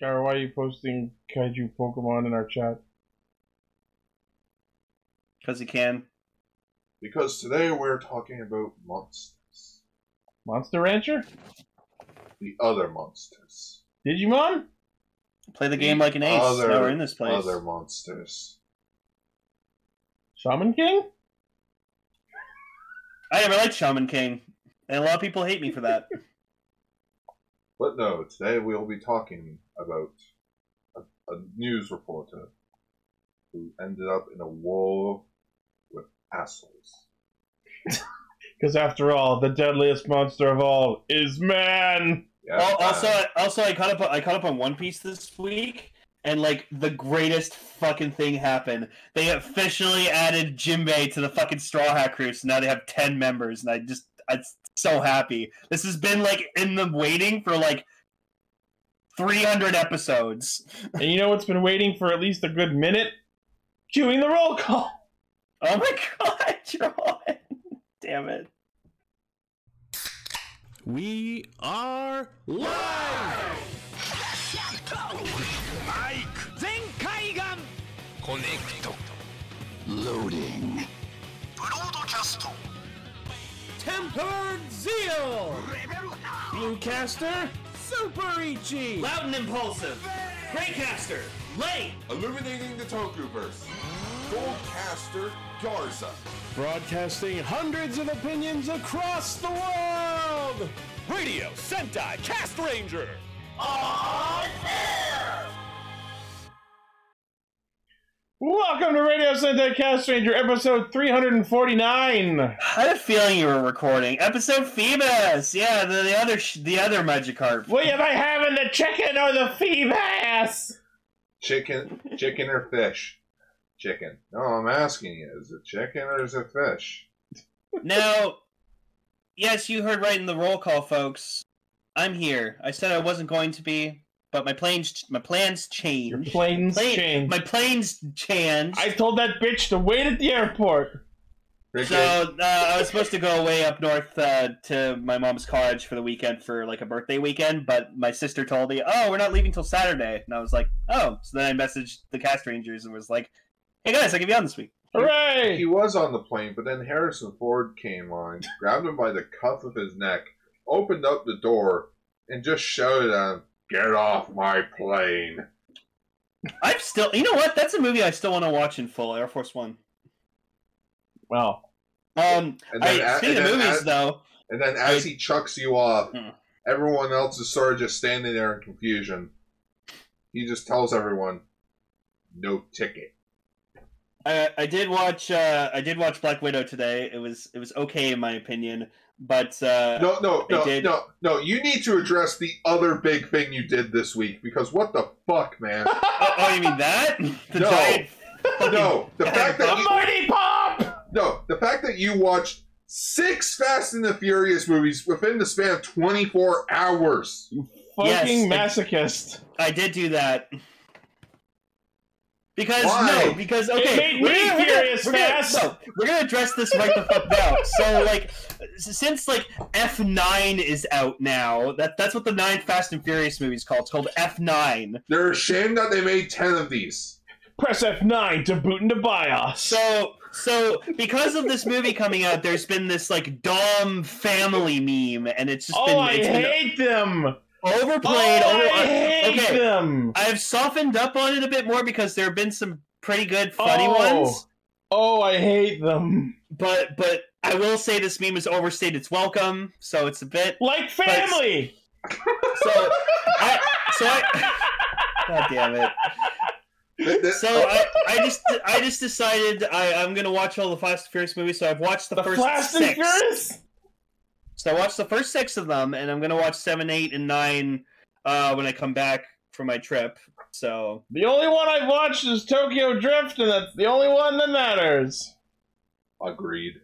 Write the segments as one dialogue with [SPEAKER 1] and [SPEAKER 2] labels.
[SPEAKER 1] Gar, why are you posting kaiju Pokemon in our chat?
[SPEAKER 2] Because he can.
[SPEAKER 3] Because today we're talking about monsters.
[SPEAKER 1] Monster Rancher?
[SPEAKER 3] The other monsters.
[SPEAKER 1] Digimon?
[SPEAKER 2] Play the game like an ace.
[SPEAKER 3] Other-
[SPEAKER 2] now we're in this place.
[SPEAKER 3] Other monsters.
[SPEAKER 1] Shaman King?
[SPEAKER 2] I never liked Shaman King, and a lot of people hate me for that.
[SPEAKER 3] But no, today we'll be talking about a, a news reporter who ended up in a war with assholes.
[SPEAKER 1] Because after all, the deadliest monster of all is man!
[SPEAKER 3] Yeah,
[SPEAKER 2] Al- also,
[SPEAKER 3] man.
[SPEAKER 2] also, I caught up. I caught up on One Piece this week, and like the greatest fucking thing happened. They officially added Jinbei to the fucking Straw Hat Crew, so now they have ten members, and I just, I'm so happy. This has been like in the waiting for like three hundred episodes.
[SPEAKER 1] And you know what's been waiting for at least a good minute? Cueing the roll call!
[SPEAKER 2] Oh my god, you're on. Damn it.
[SPEAKER 4] We are live!
[SPEAKER 5] マイク全海岸コネクトローディングブロードキャスト
[SPEAKER 4] Tempered Zeal!
[SPEAKER 5] レベル
[SPEAKER 4] Bluecaster! Super Ichi! Loud and impulsive! Greycaster! Late!
[SPEAKER 6] Illuminating the Tokuverse. Goldcaster Garza.
[SPEAKER 4] Broadcasting hundreds of opinions across the world! Radio Sentai Cast Ranger!
[SPEAKER 1] Welcome to Radio Sentai Cast Ranger, episode 349!
[SPEAKER 2] I had a feeling you were recording episode Phoebus. Yeah, the, the other sh- the other Magikarp.
[SPEAKER 1] What am I having, the chicken or the Phoebus?
[SPEAKER 3] Chicken, chicken or fish? Chicken. No, I'm asking you, is it chicken or is it fish?
[SPEAKER 2] Now, yes, you heard right in the roll call, folks. I'm here. I said I wasn't going to be, but my plans my plans
[SPEAKER 1] Your
[SPEAKER 2] changed.
[SPEAKER 1] planes
[SPEAKER 2] Plane-
[SPEAKER 1] change.
[SPEAKER 2] My plans changed.
[SPEAKER 1] I told that bitch to wait at the airport.
[SPEAKER 3] Ricky,
[SPEAKER 2] so uh, I was supposed to go away up north uh, to my mom's college for the weekend for like a birthday weekend, but my sister told me, "Oh, we're not leaving till Saturday," and I was like, "Oh." So then I messaged the cast rangers and was like, "Hey guys, I can be on this week."
[SPEAKER 3] he
[SPEAKER 1] Hooray!
[SPEAKER 3] was on the plane, but then Harrison Ford came on, grabbed him by the cuff of his neck, opened up the door, and just shouted at him, Get off my plane!
[SPEAKER 2] I've still, you know what? That's a movie I still want to watch in full. Air Force One.
[SPEAKER 1] Well,
[SPEAKER 2] Um,
[SPEAKER 3] And
[SPEAKER 2] I,
[SPEAKER 3] then, a-
[SPEAKER 2] speaking
[SPEAKER 3] and
[SPEAKER 2] of
[SPEAKER 3] then
[SPEAKER 2] movies,
[SPEAKER 3] a-
[SPEAKER 2] though,
[SPEAKER 3] and then as he chucks you off,
[SPEAKER 2] Hmm.
[SPEAKER 3] everyone else is sort of just standing there in confusion. He just tells everyone, No ticket.
[SPEAKER 2] I, I did watch uh, I did watch Black Widow today. It was it was okay in my opinion, but uh,
[SPEAKER 3] No, no,
[SPEAKER 2] I
[SPEAKER 3] no,
[SPEAKER 2] did.
[SPEAKER 3] no, no. You need to address the other big thing you did this week because what the fuck, man?
[SPEAKER 2] oh, oh, you mean that the
[SPEAKER 3] No.
[SPEAKER 2] giant?
[SPEAKER 3] no, the fact that
[SPEAKER 1] the
[SPEAKER 3] you,
[SPEAKER 1] mighty pop.
[SPEAKER 3] no, the fact that you watched six Fast and the Furious movies within the span of 24 hours.
[SPEAKER 1] Fucking
[SPEAKER 2] Yes,
[SPEAKER 1] masochist.
[SPEAKER 2] I did do that because
[SPEAKER 3] Why?
[SPEAKER 2] no, because okay,
[SPEAKER 1] made
[SPEAKER 2] we're
[SPEAKER 1] me
[SPEAKER 2] gonna- we're gonna-
[SPEAKER 1] furious
[SPEAKER 2] we're gonna-
[SPEAKER 1] fast.
[SPEAKER 2] no, we're gonna address this right the fuck now. So like, s- since like F nine is out now, that that's what the nine Fast and Furious movies called. It's called F nine.
[SPEAKER 3] They're ashamed that they made 10 of these.
[SPEAKER 1] Press F9 to boot into BIOS.
[SPEAKER 2] So, so because of this movie coming out, there's been this like dumb family meme, and it's just
[SPEAKER 1] oh,
[SPEAKER 2] been,
[SPEAKER 1] I
[SPEAKER 2] it's been
[SPEAKER 1] hate them.
[SPEAKER 2] overplayed.
[SPEAKER 1] oh,
[SPEAKER 2] over-
[SPEAKER 1] I hate
[SPEAKER 2] okay,
[SPEAKER 1] them.
[SPEAKER 2] I've softened up on it a bit more because there have been some pretty good funny
[SPEAKER 1] Oh.
[SPEAKER 2] ones,
[SPEAKER 1] Oh, I hate them.
[SPEAKER 2] but but I will say this meme is overstayed its welcome, so it's a bit
[SPEAKER 1] Like family.
[SPEAKER 2] so. I, so I, God damn it.
[SPEAKER 3] Th- th-
[SPEAKER 2] So I, I just I just decided I, I'm gonna watch all the Fast and Furious movies. So I've watched the,
[SPEAKER 1] The
[SPEAKER 2] first
[SPEAKER 1] Fast
[SPEAKER 2] six.
[SPEAKER 1] and Furious.
[SPEAKER 2] So I watched the first six of them, and I'm gonna watch seven, eight, and nine uh, when I come back from my trip. So
[SPEAKER 1] The only one I've watched is Tokyo Drift, and that's the only one that matters.
[SPEAKER 3] oh, Agreed.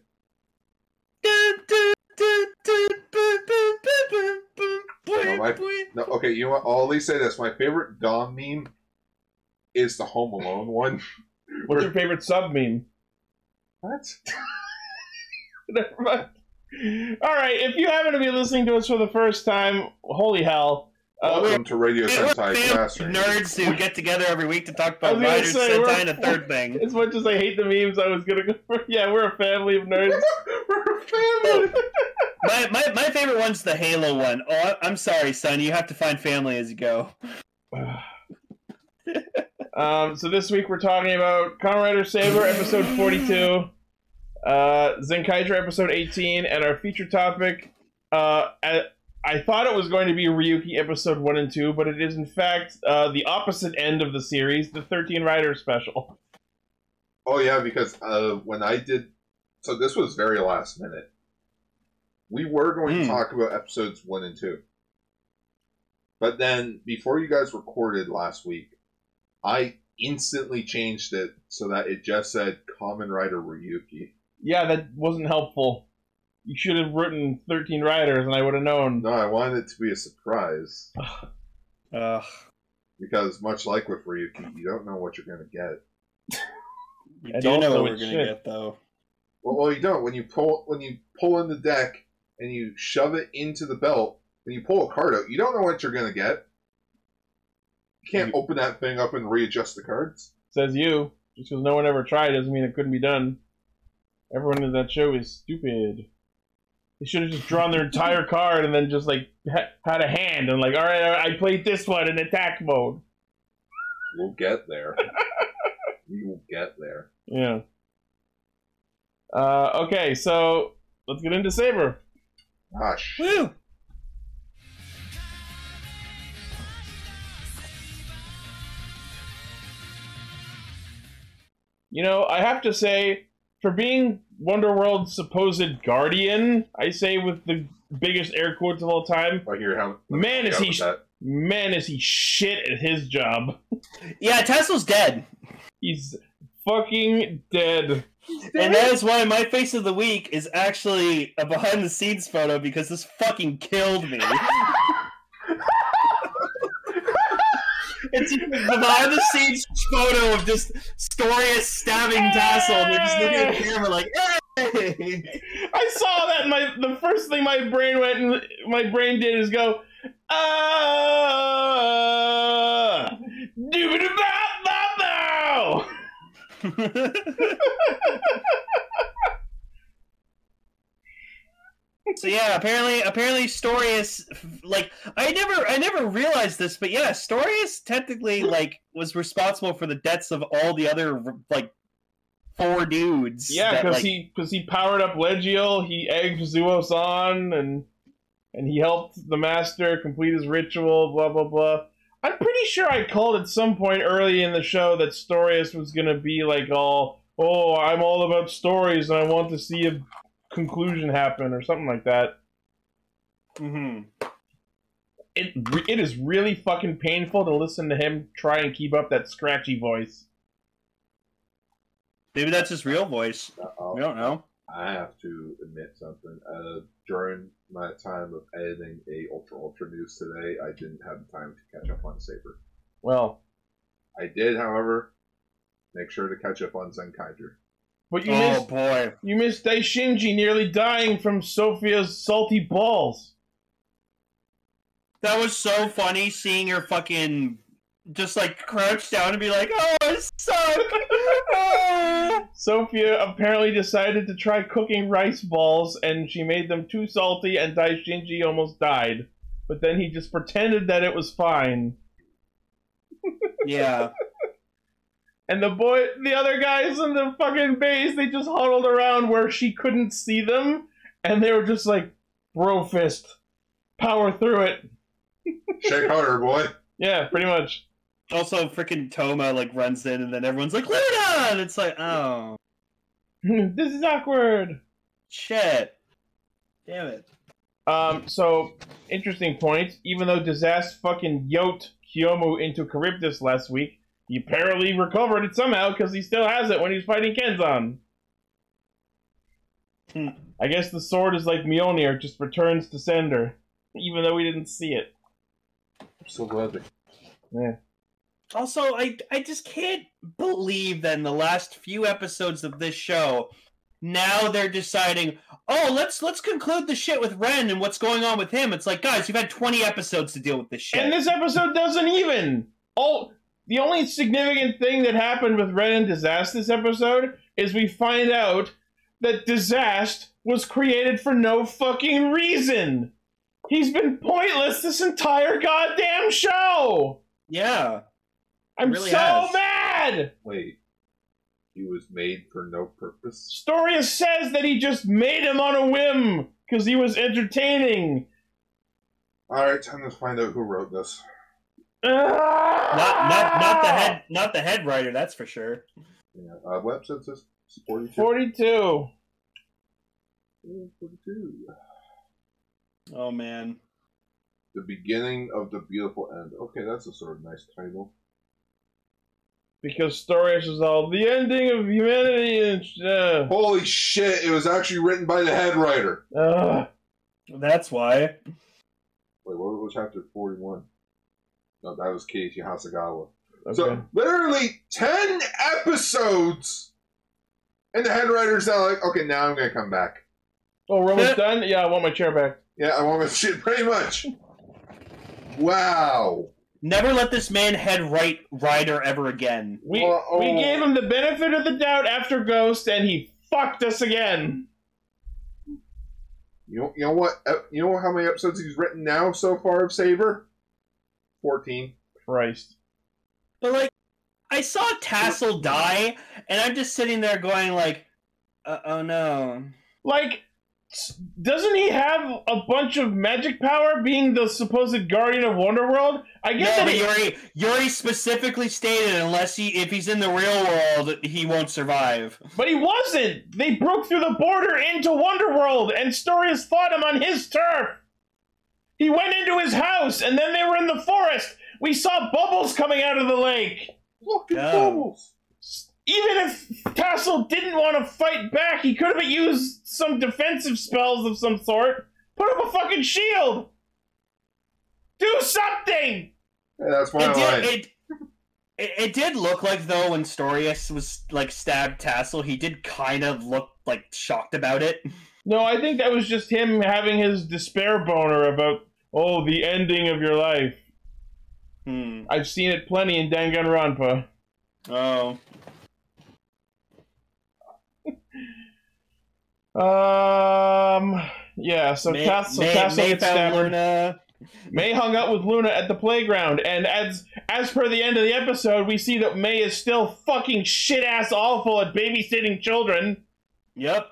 [SPEAKER 3] my- No, okay, you know what? I'll at least say this. My favorite Dom meme is the Home Alone one.
[SPEAKER 1] What's your favorite sub meme?
[SPEAKER 3] What?
[SPEAKER 1] Never mind. All right, if you happen to be listening to us for the first time, holy hell. Um,
[SPEAKER 3] Welcome to Radio
[SPEAKER 2] We're a
[SPEAKER 3] Sentai
[SPEAKER 2] family of
[SPEAKER 3] Classroom.
[SPEAKER 2] nerds who get together every week to talk
[SPEAKER 1] I
[SPEAKER 2] about
[SPEAKER 1] was gonna
[SPEAKER 2] writers,
[SPEAKER 1] say, we're-
[SPEAKER 2] Sentai, and a third thing.
[SPEAKER 1] As much as I hate the memes, I was gonna go for. Yeah, we're a family of nerds.
[SPEAKER 3] Family.
[SPEAKER 2] my, my, my favorite one's the Halo one. Oh, I- I'm sorry, son. You have to find family as you go.
[SPEAKER 1] Um, so this week we're talking about Kamen Rider Saber episode 42, uh, Zenkaidra episode 18, and our feature topic. Uh, I, I thought it was going to be Ryuki episode 1 and 2, but it is in fact uh, the opposite end of the series, the 13 Rider special.
[SPEAKER 3] Oh yeah, because uh, when I did, so this was very last minute. We were going to
[SPEAKER 2] Hmm.
[SPEAKER 3] talk about episodes one and two, but then before you guys recorded last week, I instantly changed it so that it just said Common Rider Ryuki.
[SPEAKER 1] Yeah, that wasn't helpful. You should have written 13 Riders, and I would have known.
[SPEAKER 3] No, I wanted it to be a surprise
[SPEAKER 2] Ugh.
[SPEAKER 3] because much like with Ryuki, you don't know what you're going to get.
[SPEAKER 2] We
[SPEAKER 1] And
[SPEAKER 2] do know
[SPEAKER 1] also
[SPEAKER 2] what we're
[SPEAKER 1] it's
[SPEAKER 2] gonna
[SPEAKER 1] shit.
[SPEAKER 2] get though.
[SPEAKER 3] Well, well, you don't when you pull when you pull in the deck and you shove it into the belt. When you pull a card out, you don't know what you're going to get. You can't open that thing up and readjust the cards.
[SPEAKER 1] Says you. Just because no one ever tried doesn't mean it couldn't be done. Everyone in that show is stupid. They should have just drawn their entire card and then just like ha- had a hand and like, all right, I I played this one in attack mode.
[SPEAKER 3] We'll get there. we will get there.
[SPEAKER 1] Yeah. Uh, okay, so let's get into Saber.
[SPEAKER 3] Gosh.
[SPEAKER 2] Woo!
[SPEAKER 1] You know, I have to say, for being Wonderworld's supposed guardian, I say with the biggest air quotes of all time,
[SPEAKER 3] I hear how
[SPEAKER 1] Man, is
[SPEAKER 3] yeah,
[SPEAKER 1] he
[SPEAKER 3] with that.
[SPEAKER 1] man, is he shit at his job.
[SPEAKER 2] Yeah, Tassel's dead.
[SPEAKER 1] He's fucking dead.
[SPEAKER 2] And that is why my face of the week is actually a behind the scenes photo because this fucking killed me. it's the behind the scenes photo of just Storius stabbing Tassel and they're just looking at the camera like, hey!
[SPEAKER 1] I saw that. And my the first thing my brain went and my brain did is go, ah, doo-ba-doo-ba-ba-bow."
[SPEAKER 2] so yeah, apparently, apparently, Storius, like, I never, I never realized this, but yeah, Storius technically, like, was responsible for the deaths of all the other, like, four dudes.
[SPEAKER 1] Yeah,
[SPEAKER 2] that,
[SPEAKER 1] because
[SPEAKER 2] like-
[SPEAKER 1] he because he powered up Legiel, he egged Zuos on, and and he helped the master complete his ritual. Blah blah blah. I'm pretty sure I called at some point early in the show that Storius was gonna be like all, oh, I'm all about stories and I want to see a conclusion happen or something like that.
[SPEAKER 2] Mhm.
[SPEAKER 1] It re- it is really fucking painful to listen to him try and keep up that scratchy voice.
[SPEAKER 2] Maybe that's his real voice.
[SPEAKER 3] Uh-oh.
[SPEAKER 2] We don't know.
[SPEAKER 3] I have to admit something. Uh, during my time of editing a Ultra Ultra News today, I didn't have the time to catch up on Saber.
[SPEAKER 1] Well,
[SPEAKER 3] I did, however, make sure to catch up on Zenkaiger.
[SPEAKER 1] but you
[SPEAKER 2] Oh
[SPEAKER 1] missed
[SPEAKER 2] boy.
[SPEAKER 1] you missed Daishinji nearly dying from Sophia's salty balls.
[SPEAKER 2] That was so funny seeing her fucking just like crouch down and be like, oh, I Ah. suck.
[SPEAKER 1] Sophia apparently decided to try cooking rice balls and she made them too salty and Daishinji almost died. But then he just pretended that it was fine.
[SPEAKER 2] yeah.
[SPEAKER 1] And the boy the other guys in the fucking base, they just huddled around where she couldn't see them and they were just like, Bro fist. Power through it.
[SPEAKER 3] Shake harder, boy.
[SPEAKER 1] Yeah, pretty much.
[SPEAKER 2] Also, freaking Toma like runs in, and then everyone's like Luna, and it's like, oh
[SPEAKER 1] this is awkward.
[SPEAKER 2] shit, damn it.
[SPEAKER 1] Um, so interesting point. Even though Disaster fucking yoked Kyomu into Charybdis last week, he apparently recovered it somehow because he still has it when he's fighting Kenzan.
[SPEAKER 2] Hmm.
[SPEAKER 1] I guess the sword is like Mjolnir, just returns to sender, even though we didn't see it.
[SPEAKER 3] I'm so glad they
[SPEAKER 2] Also, I I just can't believe that in the last few episodes of this show, Now they're deciding, oh, let's let's conclude the shit with Ren and what's going on with him. It's like, guys, you've had twenty episodes to deal with this shit.
[SPEAKER 1] And this episode doesn't even. All the only significant thing that happened with Ren and Disaster this episode is we find out that Disaster was created for no fucking reason. He's been pointless this entire goddamn show.
[SPEAKER 2] yeah,
[SPEAKER 1] I'm
[SPEAKER 2] Really
[SPEAKER 1] so
[SPEAKER 2] has.
[SPEAKER 1] mad.
[SPEAKER 3] Wait, he was made for no purpose.
[SPEAKER 1] Storia says that he just made him on a whim because he was entertaining.
[SPEAKER 3] All right, time to find out who wrote this.
[SPEAKER 2] not not not the
[SPEAKER 1] Ah!
[SPEAKER 2] head not the head writer. That's for sure.
[SPEAKER 3] Yeah, uh, web census forty-two.
[SPEAKER 1] 42.
[SPEAKER 3] Yeah, 42.
[SPEAKER 2] Oh man,
[SPEAKER 3] The beginning of the beautiful end. Okay, that's a sort of nice title.
[SPEAKER 1] Because Storia says all the ending of humanity and. Uh,
[SPEAKER 3] Holy shit! It was actually written by the head writer.
[SPEAKER 1] ugh.
[SPEAKER 2] that's why.
[SPEAKER 3] Wait, what was chapter forty-one? No, that was Keiji Hasagawa.
[SPEAKER 1] Okay.
[SPEAKER 3] So literally ten episodes, and the head writer's now like, okay, now I'm gonna come back.
[SPEAKER 1] oh, Roman's done? Yeah, I want my chair back.
[SPEAKER 3] Yeah, I want my shit pretty much. Wow.
[SPEAKER 2] Never let this man head right writer ever again.
[SPEAKER 1] We,
[SPEAKER 3] Whoa.
[SPEAKER 1] we gave him the benefit of the doubt after Ghost, and he fucked us again.
[SPEAKER 3] You know, you know what? ep- You know how many episodes he's written now so far of Saber? Fourteen.
[SPEAKER 1] Christ.
[SPEAKER 2] But like, I saw Tassel die, and I'm just sitting there going like, uh, "Oh no!"
[SPEAKER 1] Like, s- doesn't he have a bunch of magic power being the supposed guardian of Wonderworld? I
[SPEAKER 2] No,
[SPEAKER 1] guess that
[SPEAKER 2] but
[SPEAKER 1] he,
[SPEAKER 2] Yuri, Yuri specifically stated unless he, if he's in the real world, he won't survive.
[SPEAKER 1] But he wasn't! They broke through the border into Wonderworld, and Storius fought him on his turf! He went into his house, and then they were in the forest! We saw bubbles coming out of the lake!
[SPEAKER 3] Look at
[SPEAKER 2] Yeah.
[SPEAKER 3] bubbles.
[SPEAKER 1] Even if Tassel didn't want to fight back, he could have used some defensive spells of some sort. Put up a fucking shield! Do something!
[SPEAKER 3] Hey, that's my
[SPEAKER 2] It
[SPEAKER 3] line.
[SPEAKER 2] did, it, it, it did look like though when Storius was like stabbed Tassel, he did kind of look like shocked about it.
[SPEAKER 1] No, I think that was just him having his despair boner about, oh, the ending of your life.
[SPEAKER 2] Hmm.
[SPEAKER 1] I've seen it plenty in Danganronpa.
[SPEAKER 2] Oh.
[SPEAKER 1] Um. Yeah. So
[SPEAKER 2] May,
[SPEAKER 1] Cas- so
[SPEAKER 2] May-
[SPEAKER 1] Castle
[SPEAKER 2] May
[SPEAKER 1] gets
[SPEAKER 2] found
[SPEAKER 1] stabbed.
[SPEAKER 2] Luna.
[SPEAKER 1] May hung out with Luna at the playground, and as as per the end of the episode, we see that May is still fucking shit ass awful at babysitting children.
[SPEAKER 2] Yep.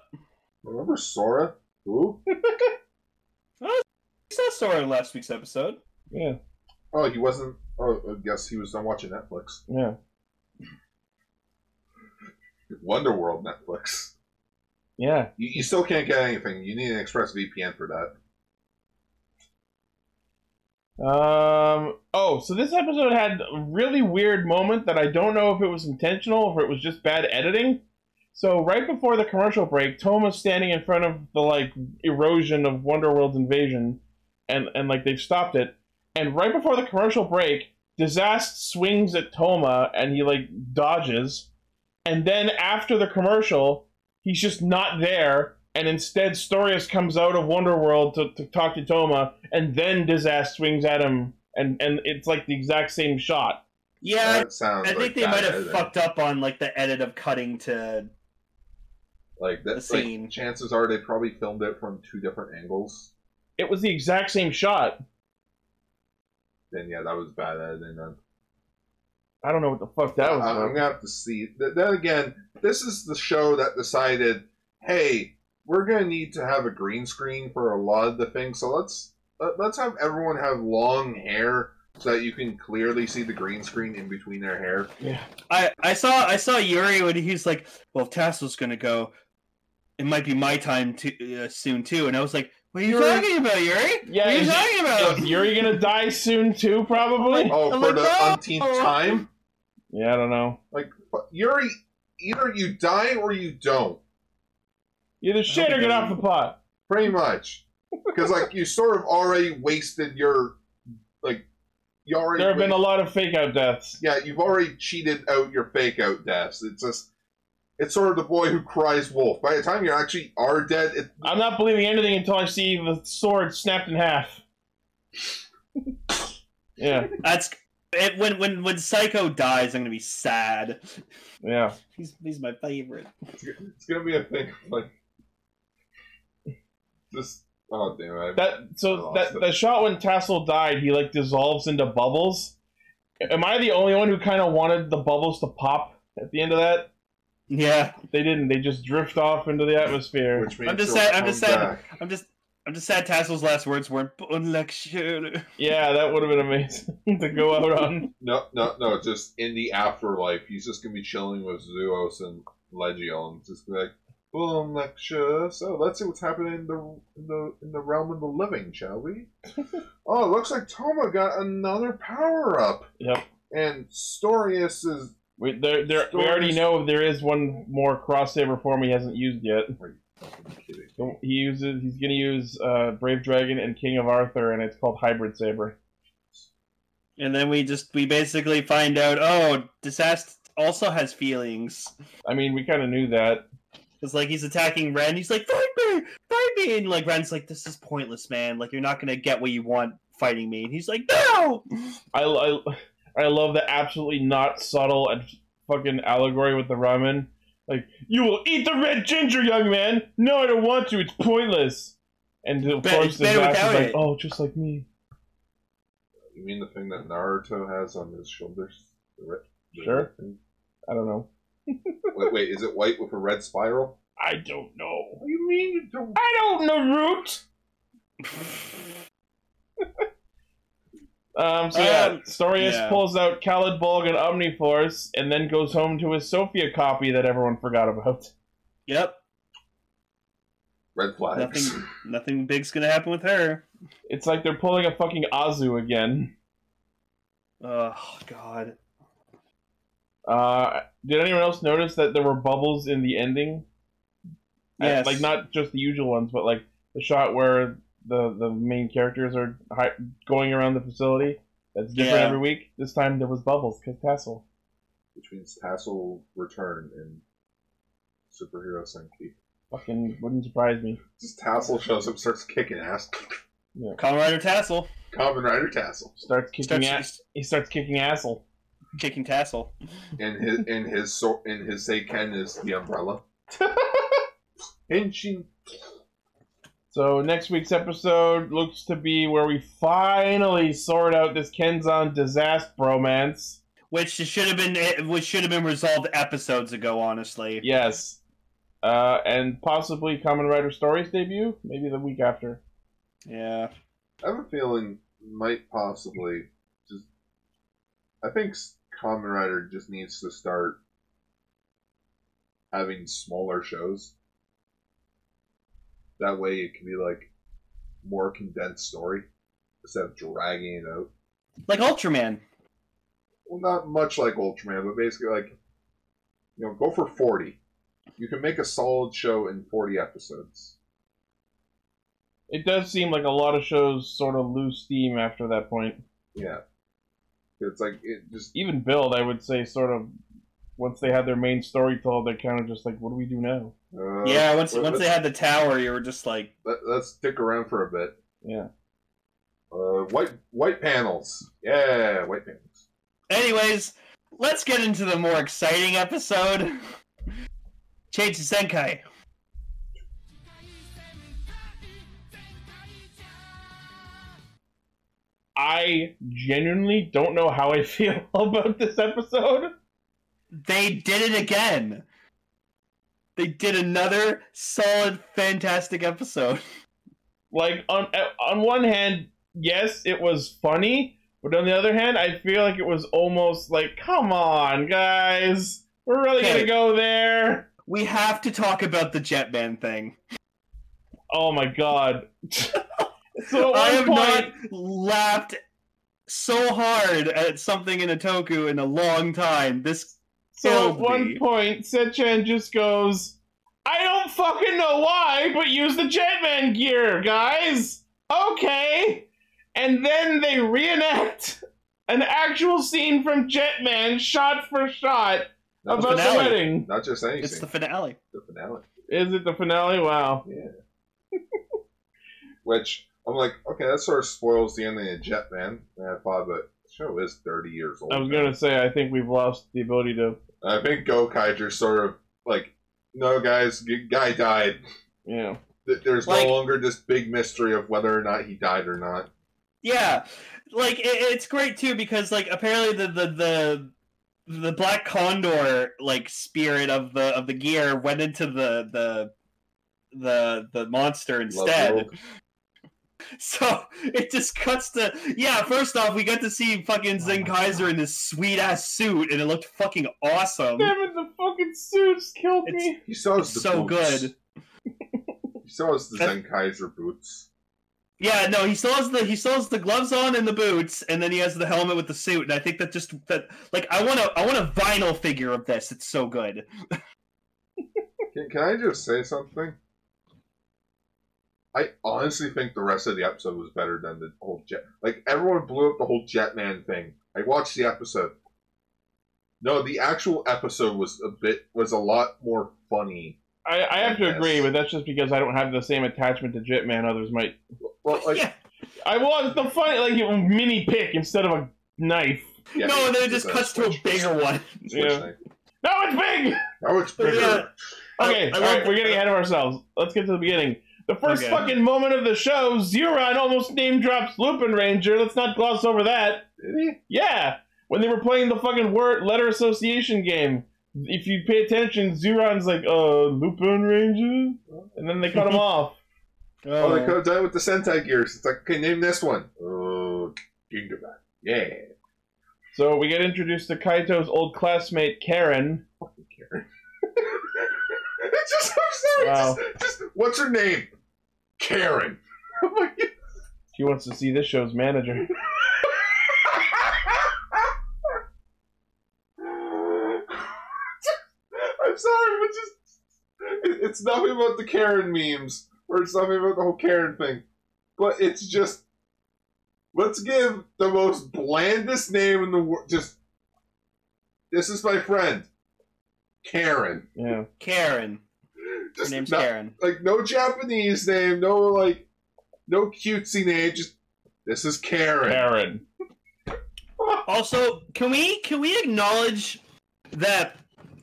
[SPEAKER 3] Remember Sora? Who?
[SPEAKER 2] We saw Sora in last week's episode.
[SPEAKER 1] Yeah.
[SPEAKER 3] Oh, he wasn't. Oh, I guess he was done watching Netflix.
[SPEAKER 1] Yeah.
[SPEAKER 3] Wonderworld Netflix.
[SPEAKER 1] Yeah.
[SPEAKER 3] You, you still can't get anything. You need an Express VPN for that.
[SPEAKER 1] Um. Oh, so this episode had a really weird moment that I don't know if it was intentional or if it was just bad editing. So right before the commercial break, Toma's standing in front of the like erosion of Wonderworld's invasion, and and like they've stopped it. And right before the commercial break, Disaster swings at Toma and he like dodges, and then after the commercial, he's just not there. And instead, Storius comes out of Wonderworld to, to talk to Toma, and then Disaster swings at him, and, and it's like the exact same shot.
[SPEAKER 2] Yeah,
[SPEAKER 3] that sounds.
[SPEAKER 2] I think
[SPEAKER 3] like
[SPEAKER 2] they
[SPEAKER 3] bad
[SPEAKER 2] might have
[SPEAKER 3] editing.
[SPEAKER 2] fucked up on like the edit of cutting to.
[SPEAKER 3] like that.
[SPEAKER 2] the scene.
[SPEAKER 3] Like, chances are they probably filmed it from two different angles.
[SPEAKER 1] It was the exact same shot.
[SPEAKER 3] Then yeah, that was bad editing. Then
[SPEAKER 1] I don't know what the fuck that was.
[SPEAKER 3] I'm
[SPEAKER 1] about.
[SPEAKER 3] gonna have to see. Th- Then again, this is the show that decided, hey, we're gonna need to have a green screen for a lot of the things. So let's let, let's have everyone have long hair so that you can clearly see the green screen in between their hair.
[SPEAKER 2] I I saw I saw Yuri when he's like, "Well, if Tassel's gonna go. It might be my time to, uh, soon too." And I was like, "What are you
[SPEAKER 1] Yuri-
[SPEAKER 2] talking about, Yuri?
[SPEAKER 1] Yeah,
[SPEAKER 2] what are you
[SPEAKER 1] is it-
[SPEAKER 2] talking about?"
[SPEAKER 1] Look, Yuri gonna die soon too, probably.
[SPEAKER 3] Oh,
[SPEAKER 2] I'm
[SPEAKER 3] for
[SPEAKER 2] like,
[SPEAKER 3] the
[SPEAKER 2] "No!"
[SPEAKER 3] umpteenth time,
[SPEAKER 1] Yeah, I don't know.
[SPEAKER 3] like fu- Yuri, either you die or you don't.
[SPEAKER 1] Either shit or
[SPEAKER 2] think
[SPEAKER 1] get
[SPEAKER 2] I-
[SPEAKER 1] off the pot.
[SPEAKER 3] Pretty much. Because, like, you sort of already wasted your, like, you already.
[SPEAKER 1] There have been a
[SPEAKER 3] wa-
[SPEAKER 1] lot of fake out deaths.
[SPEAKER 3] Yeah, you've already cheated out your fake out deaths. It's just, It's sort of the boy who cries wolf. By the time you actually are dead, it,
[SPEAKER 1] I'm not believing anything until I see the sword snapped in half. yeah,
[SPEAKER 2] That's it, when when when Psycho dies, I'm gonna be sad.
[SPEAKER 1] yeah.
[SPEAKER 2] He's he's my favorite.
[SPEAKER 3] it's gonna be a thing of, like just oh damn it.
[SPEAKER 1] That so that the shot when Tassel died, he like dissolves into bubbles. Am I the only one who kind of wanted the bubbles to pop at the end of that?
[SPEAKER 2] Yeah,
[SPEAKER 1] They didn't. They just drift off into the atmosphere.
[SPEAKER 3] which means
[SPEAKER 2] I'm just
[SPEAKER 3] he'll
[SPEAKER 2] sad- I'm
[SPEAKER 3] come
[SPEAKER 2] just sad.
[SPEAKER 3] back.
[SPEAKER 2] I'm just I'm just sad. Tassel's last words weren't "Unlike Shooter."
[SPEAKER 1] Yeah, that would have been amazing to go out on.
[SPEAKER 3] No, no, no. Just in the afterlife, he's just gonna be chilling with Zeus and Legio, and just be like, "Boom, lecture." So let's see what's happening in the in the in the realm of the living, shall we? oh, it looks like Toma got another power up.
[SPEAKER 1] Yep.
[SPEAKER 3] And Storius is
[SPEAKER 1] We, there, there, we already know there is one more crossover form he hasn't used yet.
[SPEAKER 3] fucking kidding.
[SPEAKER 1] He uses. He's gonna use uh, Brave Dragon and King of Arthur, and it's called Hybrid Saber.
[SPEAKER 2] And then we just we basically find out. Oh, Disaster also has feelings.
[SPEAKER 1] I mean, we kind of knew that.
[SPEAKER 2] It's like he's attacking Ren. He's like, fight me, fight me, and like Ren's like, this is pointless, man. Like you're not gonna get what you want fighting me. And he's like, no.
[SPEAKER 1] I, I, I love the absolutely not subtle and fucking allegory with the ramen. Like, you will eat the red ginger, young man. No, I don't want to. It's pointless. And of
[SPEAKER 2] Bet-
[SPEAKER 1] course,
[SPEAKER 2] it's
[SPEAKER 1] the
[SPEAKER 2] better
[SPEAKER 1] guy's
[SPEAKER 2] without
[SPEAKER 1] like,
[SPEAKER 2] it.
[SPEAKER 1] oh, just like me.
[SPEAKER 3] You mean the thing that Naruto has on his shoulders? The red, the
[SPEAKER 1] Sure.
[SPEAKER 3] red thing?
[SPEAKER 1] I don't know.
[SPEAKER 3] Wait, wait. Is it white with a red spiral?
[SPEAKER 1] I don't know.
[SPEAKER 3] What do you mean you don't?
[SPEAKER 1] I don't know root. um. So yeah,
[SPEAKER 2] Um,
[SPEAKER 1] Storius
[SPEAKER 2] yeah.
[SPEAKER 1] pulls out Khaled Bulg and Omniforce, and then goes home to his Sophia copy that everyone forgot about.
[SPEAKER 2] Yep.
[SPEAKER 3] Red flags.
[SPEAKER 2] Nothing. Nothing big's gonna happen with her.
[SPEAKER 1] It's like they're pulling a fucking Azu again.
[SPEAKER 2] Oh God.
[SPEAKER 1] Uh, did anyone else notice that there were bubbles in the ending? Uh,
[SPEAKER 2] Yes.
[SPEAKER 1] like not just the usual ones, but like the shot where the the main characters are hi- going around the facility. That's different
[SPEAKER 2] Yeah.
[SPEAKER 1] every week. This time there was bubbles because Tassel.
[SPEAKER 3] Which means Tassel return in superhero Senki.
[SPEAKER 1] Fucking wouldn't surprise me.
[SPEAKER 3] Just Tassel shows up, starts kicking ass.
[SPEAKER 2] Colorado Tassel
[SPEAKER 3] Common Rider Tassel,
[SPEAKER 1] Starts kicking
[SPEAKER 2] starts
[SPEAKER 1] ass. He starts kicking asshole.
[SPEAKER 2] kicking Tassel.
[SPEAKER 3] and his and his so and his Seiken is the umbrella. Henshin.
[SPEAKER 1] So next week's episode looks to be where we finally sort out this Kenzan disaster romance.
[SPEAKER 2] which should have been eh, which should have been resolved episodes ago. Honestly,
[SPEAKER 1] Yes. Uh, and possibly Common Rider Stories debut, maybe the week after.
[SPEAKER 2] yeah,
[SPEAKER 3] I have a feeling might possibly just. I think s- Common Rider just needs to start having smaller shows. That way, it can be like more condensed story instead of dragging it out.
[SPEAKER 2] like Ultraman.
[SPEAKER 3] well, not much like Ultraman, but basically like, you know, go for forty. You can make a solid show in forty episodes.
[SPEAKER 1] It does seem like a lot of shows sort of lose steam after that point.
[SPEAKER 3] Yeah, it's like it just
[SPEAKER 1] Even Build, I would say, sort of once they had their main story told, they're kind of just like, what do we do now?
[SPEAKER 3] uh,
[SPEAKER 2] yeah, once
[SPEAKER 3] let-
[SPEAKER 2] once
[SPEAKER 3] let's,
[SPEAKER 2] they had the tower, you were just like,
[SPEAKER 3] let, let's stick around for a bit.
[SPEAKER 1] Yeah.
[SPEAKER 3] Uh, white white panels. Yeah, white panels.
[SPEAKER 2] anyways, let's get into the more exciting episode. Change to Senkai.
[SPEAKER 1] I genuinely don't know how I feel about this episode.
[SPEAKER 2] They did it again. They did another solid, fantastic episode.
[SPEAKER 1] Like, on, on one hand, yes, it was funny, but on the other hand, I feel like it was almost like, come on, guys, we're really
[SPEAKER 2] Okay.
[SPEAKER 1] gonna go there.
[SPEAKER 2] We have to talk about the Jetman thing.
[SPEAKER 1] Oh my god. so at
[SPEAKER 2] I
[SPEAKER 1] one
[SPEAKER 2] have
[SPEAKER 1] point,
[SPEAKER 2] not laughed so hard at something in a toku in a long time. This
[SPEAKER 1] so at
[SPEAKER 2] killed
[SPEAKER 1] one
[SPEAKER 2] me.
[SPEAKER 1] point, Setchan just goes, I don't fucking know why, but use the Jetman gear, guys! Okay! And then they reenact an actual scene from Jetman shot for shot
[SPEAKER 3] Not,
[SPEAKER 1] About the
[SPEAKER 2] finale.
[SPEAKER 1] wedding.
[SPEAKER 3] not just anything.
[SPEAKER 2] It's the
[SPEAKER 3] the,
[SPEAKER 2] finale.
[SPEAKER 3] finale.
[SPEAKER 1] Is it the finale? Wow.
[SPEAKER 3] Which I'm like, okay, that sort of spoils the ending of Jetman. And I thought, but the show is 30 years old.
[SPEAKER 2] Um,
[SPEAKER 1] I was gonna say I think we've lost the ability to.
[SPEAKER 3] I think Gokaiger sort of like, no, guys, g- guy died.
[SPEAKER 1] Yeah.
[SPEAKER 3] Th- There's
[SPEAKER 2] Like-
[SPEAKER 3] no longer this big mystery of whether or not he died or not.
[SPEAKER 2] Yeah, like it, it's great too because like apparently the the the the black condor like spirit of the of the gear went into the the the the monster instead.
[SPEAKER 3] Love World.
[SPEAKER 2] So it just cuts to yeah. First off, we got to see
[SPEAKER 3] Oh
[SPEAKER 2] fucking Zen Kaiser in this sweet ass suit, and it looked fucking awesome.
[SPEAKER 1] Damn it! The fucking suits killed
[SPEAKER 2] It's-
[SPEAKER 1] me.
[SPEAKER 3] He saw
[SPEAKER 2] It's
[SPEAKER 3] us the
[SPEAKER 2] so
[SPEAKER 3] boots.
[SPEAKER 2] good.
[SPEAKER 3] He saw us the
[SPEAKER 2] That-
[SPEAKER 3] Zen Kaiser boots.
[SPEAKER 2] Yeah, no, he still has the he still has the gloves on and the boots, and then he has the helmet with the suit. And I think that just that like I want to I want a vinyl figure of this. It's so good.
[SPEAKER 3] Can, can I just say something? I honestly think the rest of the episode was better than the whole Jet. Like everyone blew up the whole Jetman thing. I watched the episode. No, the actual episode was a bit was a lot more funny.
[SPEAKER 1] I, I have to
[SPEAKER 3] Yes.
[SPEAKER 1] agree, but that's just because I don't have the same attachment to Jetman others might.
[SPEAKER 3] Well, like,
[SPEAKER 2] yeah,
[SPEAKER 1] I was the funny like a mini pick instead of a knife.
[SPEAKER 3] yeah,
[SPEAKER 2] no, and then it
[SPEAKER 3] it's
[SPEAKER 2] just cuts to a
[SPEAKER 3] switch-
[SPEAKER 2] bigger one.
[SPEAKER 3] switch
[SPEAKER 1] Yeah.
[SPEAKER 3] thing.
[SPEAKER 1] No, it's big.
[SPEAKER 3] Now it's bigger.
[SPEAKER 2] Yeah.
[SPEAKER 1] Okay,
[SPEAKER 2] I- I
[SPEAKER 1] all right,
[SPEAKER 2] love-
[SPEAKER 1] we're getting ahead of ourselves. Let's get to the beginning. The first
[SPEAKER 2] Okay.
[SPEAKER 1] fucking moment of the show, Zeron almost name drops Lupin Ranger. Let's not gloss over that.
[SPEAKER 3] Did he?
[SPEAKER 1] Yeah, when they were playing the fucking word letter association game. If you pay attention, Zeron's like, uh, Lupin Ranger? And then they cut him off.
[SPEAKER 3] Oh,
[SPEAKER 2] Uh,
[SPEAKER 3] they could have done it with the Sentai Gears. It's like, okay, name this one. Uh, Gingerman. Yeah.
[SPEAKER 1] So we get introduced to Kaito's old classmate, Karen.
[SPEAKER 3] It's just, I'm sorry.
[SPEAKER 1] Wow.
[SPEAKER 3] Just, just, what's her name? Karen. Oh I'm like,
[SPEAKER 1] She wants to see this show's manager.
[SPEAKER 3] I'm sorry, but just. It, it's nothing about the Karen memes, or it's nothing about the whole Karen thing. But it's just. Let's give the most blandest name in the world. Just. This is my friend. Karen.
[SPEAKER 1] Yeah.
[SPEAKER 2] Karen. Her
[SPEAKER 3] Just
[SPEAKER 2] name's
[SPEAKER 3] not-
[SPEAKER 2] Karen.
[SPEAKER 3] like no Japanese name, no like no cutesy name. Just this is Karen.
[SPEAKER 1] Karen.
[SPEAKER 2] Also, can we can we acknowledge that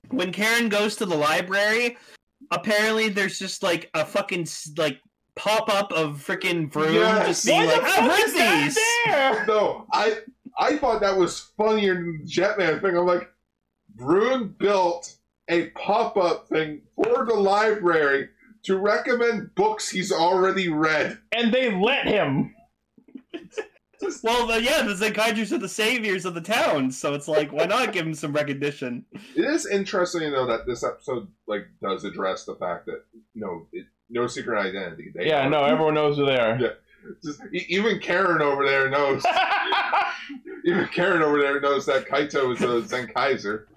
[SPEAKER 2] when Karen goes to the library, apparently there's just like a fucking s- like pop up of freaking Vroom
[SPEAKER 3] Yes.
[SPEAKER 2] just being
[SPEAKER 1] Why the
[SPEAKER 2] like, "I've
[SPEAKER 1] fuck
[SPEAKER 2] read
[SPEAKER 1] is that
[SPEAKER 2] these."
[SPEAKER 1] there?
[SPEAKER 3] No, I I thought that was funnier than the Jetman thing. I'm like, Bruin built a pop up thing for the library to recommend books he's already read.
[SPEAKER 1] And they let him.
[SPEAKER 2] Well, the, yeah, the Zenkaijus are the saviors of the town, so it's like, why not give them some recognition?
[SPEAKER 3] It is interesting to know that this episode like does address the fact that no it, no secret identity. They
[SPEAKER 1] Yeah,
[SPEAKER 3] are-
[SPEAKER 1] no, everyone knows who they are.
[SPEAKER 3] Just, e- even Karen over there knows. Even Karen over there knows that Kaito is a Zen Kaiser.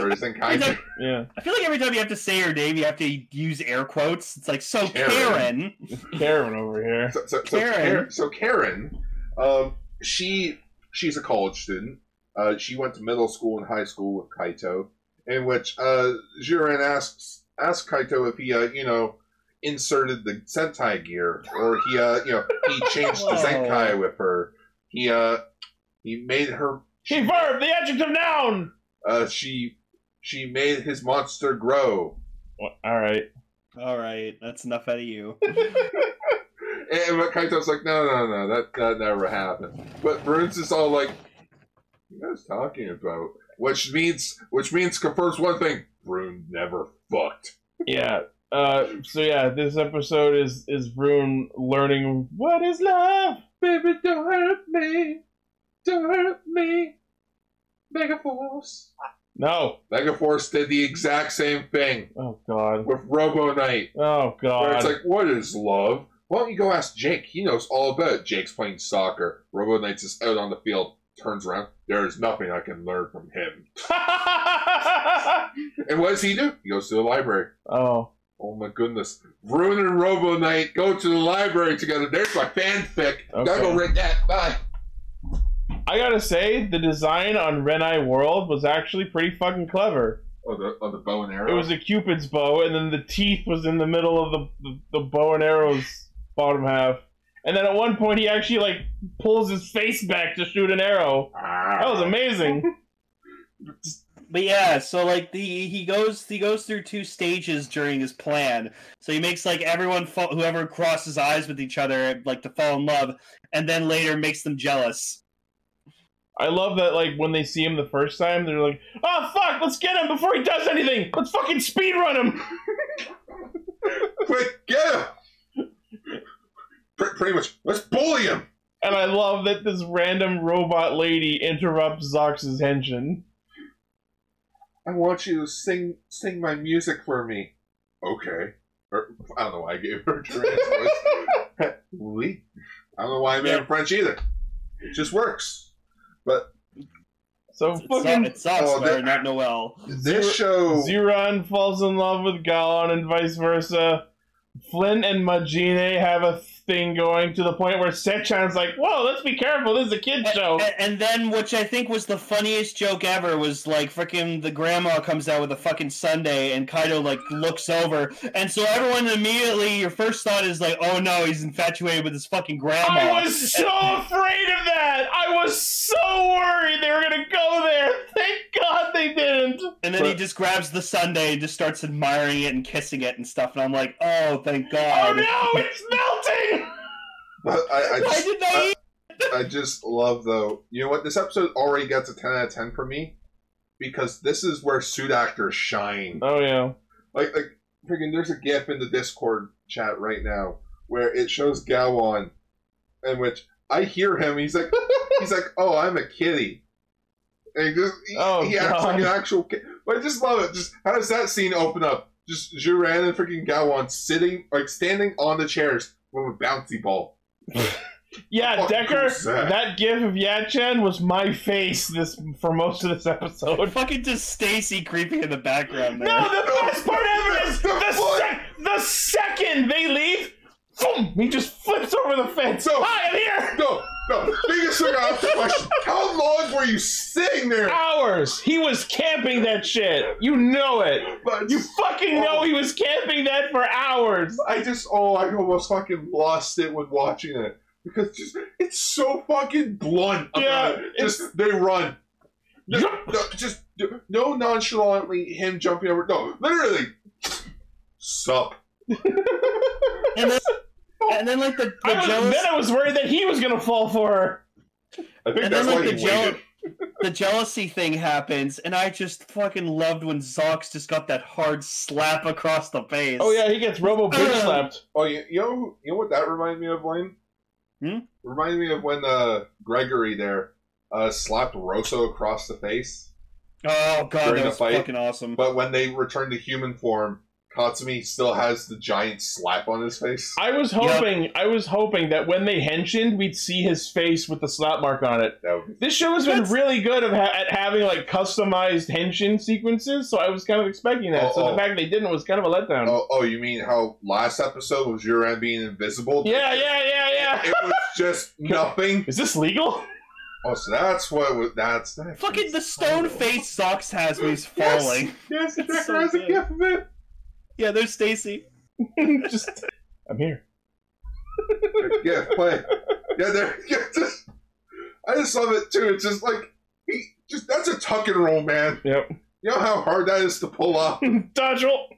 [SPEAKER 3] Or Zen Kaiser.
[SPEAKER 1] yeah.
[SPEAKER 2] I feel like every time you have to say her name, you have to use air quotes. It's like, so
[SPEAKER 3] Karen.
[SPEAKER 2] Karen.
[SPEAKER 1] Karen over here.
[SPEAKER 3] So, so, so
[SPEAKER 2] Karen.
[SPEAKER 3] Karen. So Karen, um, she she's a college student. Uh, she went to middle school and high school with Kaito, in which uh, Jiren asks asks Kaito if he, uh, you know, inserted the Sentai gear or he, uh, you know, he changed the
[SPEAKER 2] Whoa.
[SPEAKER 3] Zenkai with her. He uh, he made her
[SPEAKER 1] She verb, the adjective noun!
[SPEAKER 3] uh, she she made his monster grow.
[SPEAKER 1] Alright.
[SPEAKER 2] All right, that's enough out of you.
[SPEAKER 3] And but Kaito's like, no, no, no, that that never happened. But Bruins is all like, "What are you guys talking about?" Which means, which means confirms one thing: Brune never fucked.
[SPEAKER 1] Yeah. Uh, so yeah, this episode is is Rune learning what is love.
[SPEAKER 3] Baby, don't hurt me, don't hurt me. Megaforce.
[SPEAKER 1] No.
[SPEAKER 3] Megaforce did the exact same thing
[SPEAKER 1] Oh god.
[SPEAKER 3] with Robo Knight,
[SPEAKER 1] Oh
[SPEAKER 3] where
[SPEAKER 1] god.
[SPEAKER 3] it's like, "What is love?" Why don't you go ask Jake? He knows all about it. Jake's playing soccer. Robo Knight's just out on the field. Turns around. There is nothing I can learn from him. And what does he do? He goes to the library.
[SPEAKER 1] oh.
[SPEAKER 3] Oh my goodness. Rune and Robo Knight go to the library together. There's my fanfic. Gotta go
[SPEAKER 1] Okay.
[SPEAKER 3] read that. Bye.
[SPEAKER 1] I gotta say, the design on Renai World was actually pretty fucking clever.
[SPEAKER 3] Oh, the, oh, the bow and
[SPEAKER 1] It
[SPEAKER 3] arrow.
[SPEAKER 1] was a Cupid's bow, and then the teeth was in the middle of the, the, the bow and arrow's bottom half. And then at one point, he actually like pulls his face back to shoot an arrow.
[SPEAKER 3] Ah.
[SPEAKER 1] That was amazing.
[SPEAKER 2] But yeah, so like the he goes he goes through two stages during his plan. So he makes like everyone fall, whoever crosses eyes with each other like to fall in love, and then later makes them jealous.
[SPEAKER 1] I love that like when they see him the first time, they're like, "Oh fuck, let's get him before he does anything. Let's fucking speed run him."
[SPEAKER 3] Quick, get him! Pre- pretty much, let's bully him!
[SPEAKER 1] And I love that this random robot lady interrupts Zox's henshin.
[SPEAKER 3] I want you to sing sing my music for me. Okay. Or, I don't know why I gave her a trans voice. Oui. I don't know why I'm
[SPEAKER 2] Yeah.
[SPEAKER 3] in French either. It just works.
[SPEAKER 1] So
[SPEAKER 2] It's, it's,
[SPEAKER 1] fucking
[SPEAKER 2] it's Sox,
[SPEAKER 3] Oh, that-
[SPEAKER 2] not Noel.
[SPEAKER 3] This show.
[SPEAKER 1] Zeron falls in love with Galon and vice versa. Flynn and Majine have a thing going to the point where Sechan's like, "Whoa, let's be careful. This is a kid show."
[SPEAKER 2] And, and then, which I think was the funniest joke ever, was like freaking the grandma comes out with a fucking Sunday, and Kaido like looks over, and so everyone immediately your first thought is like, oh no, he's infatuated with his fucking grandma.
[SPEAKER 1] I was so afraid of that. I was so worried they were gonna go there. Thank God they didn't.
[SPEAKER 2] and then he just grabs the Sunday and just starts admiring it and kissing it and stuff, and I'm like, oh thank
[SPEAKER 1] Oh
[SPEAKER 2] God.
[SPEAKER 1] no, it's melting.
[SPEAKER 3] But I,
[SPEAKER 2] Why
[SPEAKER 3] I, just, uh,
[SPEAKER 2] did they?
[SPEAKER 3] I just love, though. You know what? This episode already gets a 10 out of 10 for me because this is where suit actors shine.
[SPEAKER 1] Oh yeah.
[SPEAKER 3] like like freaking there's a gif in the discord chat right now where it shows Gowon in which i hear him he's like he's like oh i'm a kitty and he, just, he,
[SPEAKER 1] Oh,
[SPEAKER 3] he acts like
[SPEAKER 1] God.
[SPEAKER 3] an actual kid but i just love it just how does that scene open up just Juran and freaking Gowon sitting like standing on the chairs with a bouncy ball
[SPEAKER 1] Yeah,
[SPEAKER 3] What
[SPEAKER 1] Decker,
[SPEAKER 3] was that?
[SPEAKER 1] that gif of Yachan was my face this for most of this episode.
[SPEAKER 2] Fucking just Stacy creepy in the background there.
[SPEAKER 1] No, the best part ever is the,
[SPEAKER 3] That's the point.
[SPEAKER 1] sec- the second they leave, boom, he just flips over the fence.
[SPEAKER 3] No.
[SPEAKER 1] Hi, I'm here.
[SPEAKER 3] no no biggest thing i have to question how long were you sitting there
[SPEAKER 1] Hours. He was camping that shit. You know it.
[SPEAKER 3] but
[SPEAKER 1] You fucking know he was camping that for hours.
[SPEAKER 3] I just oh I almost fucking lost it when watching it because just it's so fucking blunt.
[SPEAKER 1] Yeah,
[SPEAKER 3] About it. just they run. No,
[SPEAKER 1] Yup.
[SPEAKER 3] no, just no nonchalantly him jumping over. No, literally. Sup.
[SPEAKER 2] And then, and then like the, the
[SPEAKER 1] I was,
[SPEAKER 2] jealous.
[SPEAKER 1] then I was worried that he was gonna fall for her.
[SPEAKER 3] I think
[SPEAKER 2] And then
[SPEAKER 3] that's why
[SPEAKER 2] like the,
[SPEAKER 3] he
[SPEAKER 2] jeal-
[SPEAKER 3] waited.
[SPEAKER 2] the jealousy thing happens, and I just fucking loved when Zox just got that hard slap across the face.
[SPEAKER 1] Oh yeah, he gets Robo bitch slapped.
[SPEAKER 3] Oh, you, you know who- you know what that reminded me of, Blaine?
[SPEAKER 2] Hmm?
[SPEAKER 3] Reminded me of when uh, Gregory there uh, slapped Rosso across the face.
[SPEAKER 2] Oh god,
[SPEAKER 3] During
[SPEAKER 2] that
[SPEAKER 3] the
[SPEAKER 2] was
[SPEAKER 3] fight.
[SPEAKER 2] fucking awesome.
[SPEAKER 3] But when they return to human form, Katsumi still has the giant slap on his face.
[SPEAKER 1] I was hoping, I was hoping that when they henshined, we'd see his face with the slap mark on it.
[SPEAKER 3] That would be
[SPEAKER 1] This show has been
[SPEAKER 2] That's-
[SPEAKER 1] really good of ha- at having like customized henshin sequences, so I was kind of expecting that. so
[SPEAKER 3] Oh, oh.
[SPEAKER 1] the fact they didn't was kind of a letdown.
[SPEAKER 3] Oh, oh, you mean how last episode was Juran being invisible?
[SPEAKER 1] Yeah, yeah, yeah, yeah.
[SPEAKER 3] It was just nothing.
[SPEAKER 1] Is this legal?
[SPEAKER 3] Oh, so that's what was. That's that.
[SPEAKER 2] fucking the stone face Zox has when he's
[SPEAKER 3] Yes.
[SPEAKER 2] falling.
[SPEAKER 3] Yes,
[SPEAKER 2] It's
[SPEAKER 3] Decker
[SPEAKER 2] so
[SPEAKER 3] has a
[SPEAKER 2] good.
[SPEAKER 3] gift of it.
[SPEAKER 2] Yeah, there's Stacy.
[SPEAKER 1] Just, I'm here.
[SPEAKER 3] Yeah, play. Yeah, there. Yeah, just. I just love it too. It's just like he just that's a tuck and roll, man.
[SPEAKER 1] Yep.
[SPEAKER 3] You know how hard that is to pull off.
[SPEAKER 1] Dodge roll.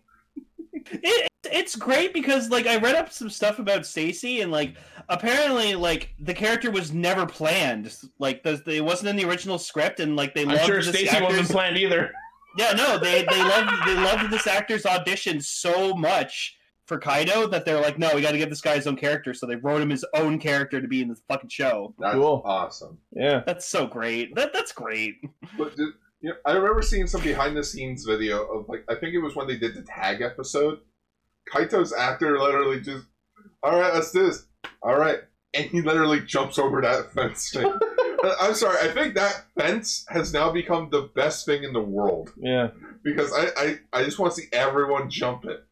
[SPEAKER 2] it, it's great because like I read up some stuff about Stacy and like apparently like the character was never planned. Like the, it wasn't in the original script and like they
[SPEAKER 1] I'm
[SPEAKER 2] loved
[SPEAKER 1] sure
[SPEAKER 2] this
[SPEAKER 1] Stacy wasn't
[SPEAKER 2] actor's-
[SPEAKER 1] planned either.
[SPEAKER 2] Yeah, no, they they loved they loved this actor's audition so much for Kaido that they're like, no, we got to give this guy his own character. So they wrote him his own character to be in the fucking show.
[SPEAKER 3] That's
[SPEAKER 1] Cool.
[SPEAKER 3] awesome.
[SPEAKER 1] Yeah.
[SPEAKER 2] That's so great. That that's great.
[SPEAKER 3] But did, you know, I remember seeing some behind the scenes video of like I think it was when they did the tag episode. Kaito's actor literally just, all right, let's do this. All right, and he literally jumps over that fence thing. Uh, I'm sorry. I think that fence has now become the best thing in the world
[SPEAKER 1] Yeah.
[SPEAKER 3] because I I, I just want to see everyone jump it.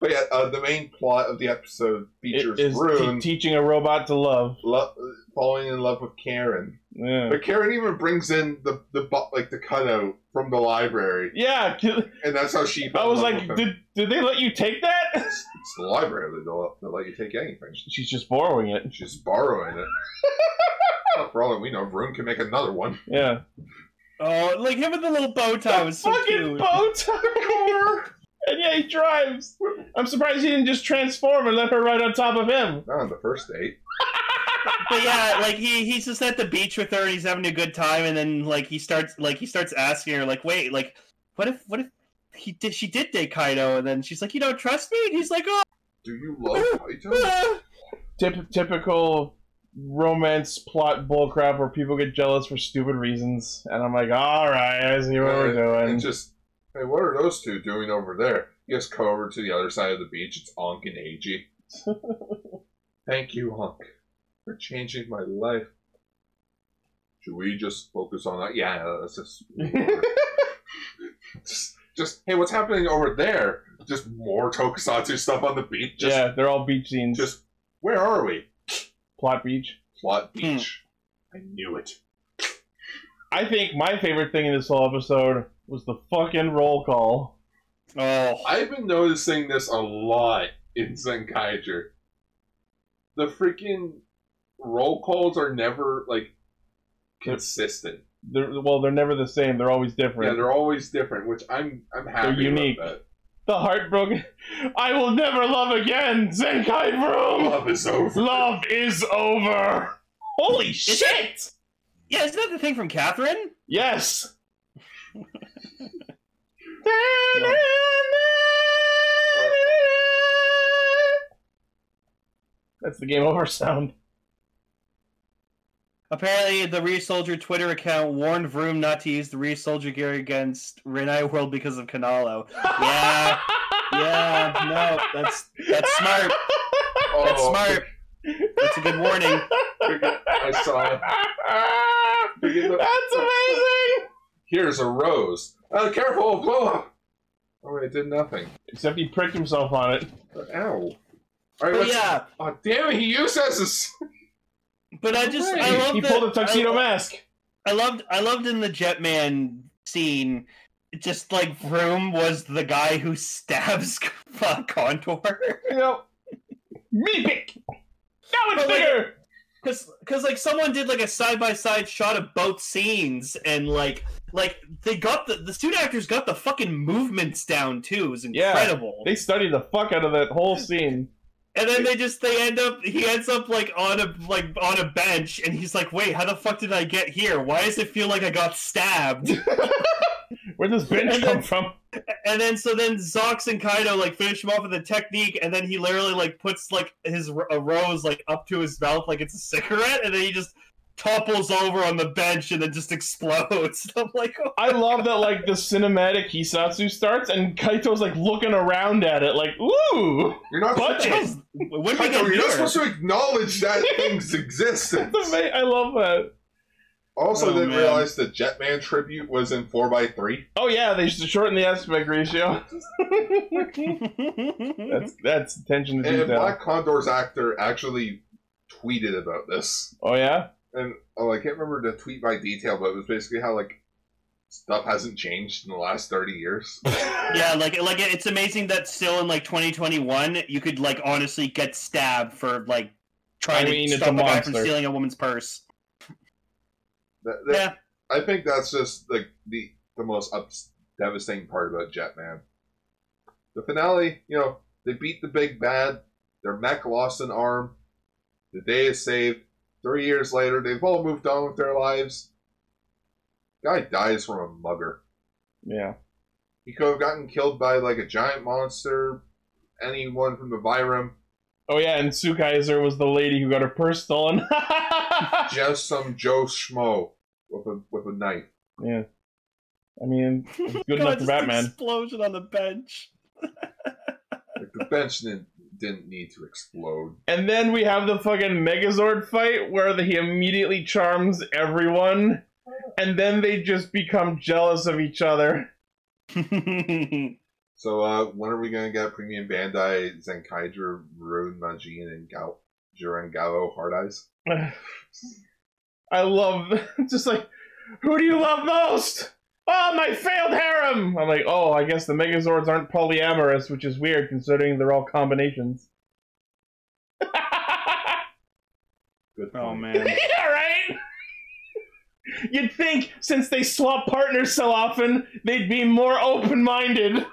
[SPEAKER 3] But yeah, uh, the main plot of the episode features
[SPEAKER 1] It is
[SPEAKER 3] Rune
[SPEAKER 1] te- teaching a robot to love.
[SPEAKER 3] lo- falling in love with Karen.
[SPEAKER 1] Yeah.
[SPEAKER 3] But Karen even brings in the the bu- like the cutout from the library,
[SPEAKER 1] Yeah, ki-
[SPEAKER 3] and that's how she.
[SPEAKER 1] I
[SPEAKER 3] fell in
[SPEAKER 1] was
[SPEAKER 3] love
[SPEAKER 1] like,
[SPEAKER 3] with him.
[SPEAKER 1] did, did they let you take that?
[SPEAKER 3] it's, it's the library. They don't, they'll let you take anything.
[SPEAKER 1] She's just borrowing it.
[SPEAKER 3] She's borrowing it. For all that we know, Rune can make another one.
[SPEAKER 1] Yeah.
[SPEAKER 2] Oh, like him with the little bow tie was so
[SPEAKER 1] Fucking
[SPEAKER 2] cute.
[SPEAKER 1] boat car! and yeah, he drives. I'm surprised he didn't just transform and let her right on top of him.
[SPEAKER 3] Not on the first date.
[SPEAKER 2] but yeah, like he he's just at the beach with her and he's having a good time, and then like he starts like he starts asking her like, wait, like what if what if he did she did date Kaido, and then she's like, you don't trust me, and he's like, oh.
[SPEAKER 3] Do you love Kaito?
[SPEAKER 2] ah."
[SPEAKER 1] Typ- typical romance plot bullcrap where people get jealous for stupid reasons. And I'm like, all right, I see what we're doing.
[SPEAKER 3] And just, hey, what are those two doing over there? You guys go over to the other side of the beach. It's Ankh and Eiji. Thank you, Ankh, for changing my life. Should we just focus on that? Yeah, let's just. just, just, hey, what's happening over there? Just more tokusatsu stuff on the beach. Just,
[SPEAKER 1] yeah, they're all beach scenes.
[SPEAKER 3] just, where are we?
[SPEAKER 1] plot beach.
[SPEAKER 3] Plot beach. I knew it.
[SPEAKER 1] I think my favorite thing in this whole episode was the fucking roll call.
[SPEAKER 2] Oh,
[SPEAKER 3] I've been noticing this a lot in Zenkaiger. The freaking roll calls are never like consistent.
[SPEAKER 1] They're, well, they're never the same. They're always
[SPEAKER 3] Yeah,
[SPEAKER 1] different.
[SPEAKER 3] they're always different, which I'm I'm happy
[SPEAKER 1] They're unique.
[SPEAKER 3] about
[SPEAKER 1] the heartbroken. I will never love again, Zenkai
[SPEAKER 3] that.
[SPEAKER 1] Vroom!
[SPEAKER 3] Love is over.
[SPEAKER 1] Love is over! Holy shit!
[SPEAKER 2] yeah, isn't that the thing from Catherine?
[SPEAKER 1] Yes! That's the game over sound.
[SPEAKER 2] Apparently, the Re Soldier Twitter account warned Vroom not to use the Re Soldier gear against Renai World because of Canalo. Yeah, yeah, no, that's that's smart.
[SPEAKER 3] Oh,
[SPEAKER 2] That's smart. That's a good warning.
[SPEAKER 3] I saw it.
[SPEAKER 1] That's amazing!
[SPEAKER 3] Here's a rose. Oh, careful, blow up. Oh, wait, it did nothing. Uh,
[SPEAKER 1] Except he pricked himself on it.
[SPEAKER 3] Ow. All
[SPEAKER 2] But
[SPEAKER 3] right, let's.
[SPEAKER 2] yeah,
[SPEAKER 3] Oh, damn it! He uses.
[SPEAKER 2] but I just
[SPEAKER 1] He,
[SPEAKER 2] I love
[SPEAKER 1] he
[SPEAKER 2] that-
[SPEAKER 1] pulled a tuxedo
[SPEAKER 2] I-
[SPEAKER 1] mask.
[SPEAKER 2] I loved I loved in the Jetman scene, just like Vroom was the guy who stabs uh, Contour.
[SPEAKER 1] Yep. Me pick. Now it's
[SPEAKER 2] But like-
[SPEAKER 1] bigger.
[SPEAKER 2] Cause, cause, like someone did like a side by side shot of both scenes, and like, like they got the the student actors got the fucking movements down too. It was
[SPEAKER 1] Yeah.
[SPEAKER 2] incredible.
[SPEAKER 1] They studied the fuck out of that whole scene.
[SPEAKER 2] and then they just they end up he ends up like on a like on a bench, and he's like, wait, how the fuck did I get here? Why does it feel like I got stabbed?
[SPEAKER 1] Where'd this bench
[SPEAKER 2] And
[SPEAKER 1] come
[SPEAKER 2] then-
[SPEAKER 1] from?
[SPEAKER 2] And then so then Zox and Kaido like finish him off with a technique, and then he literally like puts like his r- a rose like up to his mouth like it's a cigarette, and then he just topples over on the bench and then just explodes. I'm like, oh,
[SPEAKER 1] I love that like the cinematic Hisatsu starts and Kaito's like looking around at it like, ooh,
[SPEAKER 3] You're not.
[SPEAKER 1] What?
[SPEAKER 2] Jesus, when we
[SPEAKER 3] Kaito,
[SPEAKER 2] get
[SPEAKER 3] you're not
[SPEAKER 2] here?
[SPEAKER 3] supposed to acknowledge that thing's existence.
[SPEAKER 1] that's ama- I love that.
[SPEAKER 3] Also,
[SPEAKER 2] Oh,
[SPEAKER 3] didn't
[SPEAKER 2] man.
[SPEAKER 3] realize the Jetman tribute was in 4x3.
[SPEAKER 1] Oh yeah, they should shorten the aspect ratio. that's that's attention to
[SPEAKER 3] And
[SPEAKER 1] detail.
[SPEAKER 3] Black Condor's actor actually tweeted about this.
[SPEAKER 1] oh yeah,
[SPEAKER 3] And oh, I can't remember the tweet by detail, but it was basically how, like, stuff hasn't changed in the last 30 years.
[SPEAKER 2] yeah, like like it's amazing that still in like 2021 you could like honestly get stabbed for like trying
[SPEAKER 1] I mean, it's a
[SPEAKER 2] to stop a guy from
[SPEAKER 1] monster.
[SPEAKER 2] stealing a woman's purse.
[SPEAKER 3] That- that-
[SPEAKER 2] Yeah,
[SPEAKER 3] I think that's just, like, the, the most ups- devastating part about Jetman. The finale, you know, they beat the big bad, their mech lost an arm, the day is saved. Three years later, they've all moved on with their lives. Guy dies from a mugger.
[SPEAKER 1] yeah.
[SPEAKER 3] He could have gotten killed by like a giant monster, anyone from the Virum,
[SPEAKER 1] Oh yeah, and Sue Kaiser was the lady who got her purse stolen. I
[SPEAKER 3] just some Joe Schmo with a with a knife.
[SPEAKER 1] mean, it's good
[SPEAKER 2] God,
[SPEAKER 1] enough for
[SPEAKER 2] just
[SPEAKER 1] Batman.
[SPEAKER 2] Explosion on the bench.
[SPEAKER 3] Like the bench didn't, didn't need to explode.
[SPEAKER 1] And then we have the fucking Megazord fight where the, he immediately charms everyone, and then they just become jealous of each other.
[SPEAKER 3] So uh, when are we gonna get premium Bandai Zenkaiger Rune Majin and Gal Jirengawa Hard Eyes?
[SPEAKER 1] I love just like who do you love most? Oh, my failed harem. I'm like, oh, I guess the Megazords aren't polyamorous, which is weird considering they're all combinations.
[SPEAKER 3] Good
[SPEAKER 2] Oh
[SPEAKER 3] point.
[SPEAKER 2] man.
[SPEAKER 1] yeah, right. You'd think since they swap partners so often, they'd be more open-minded.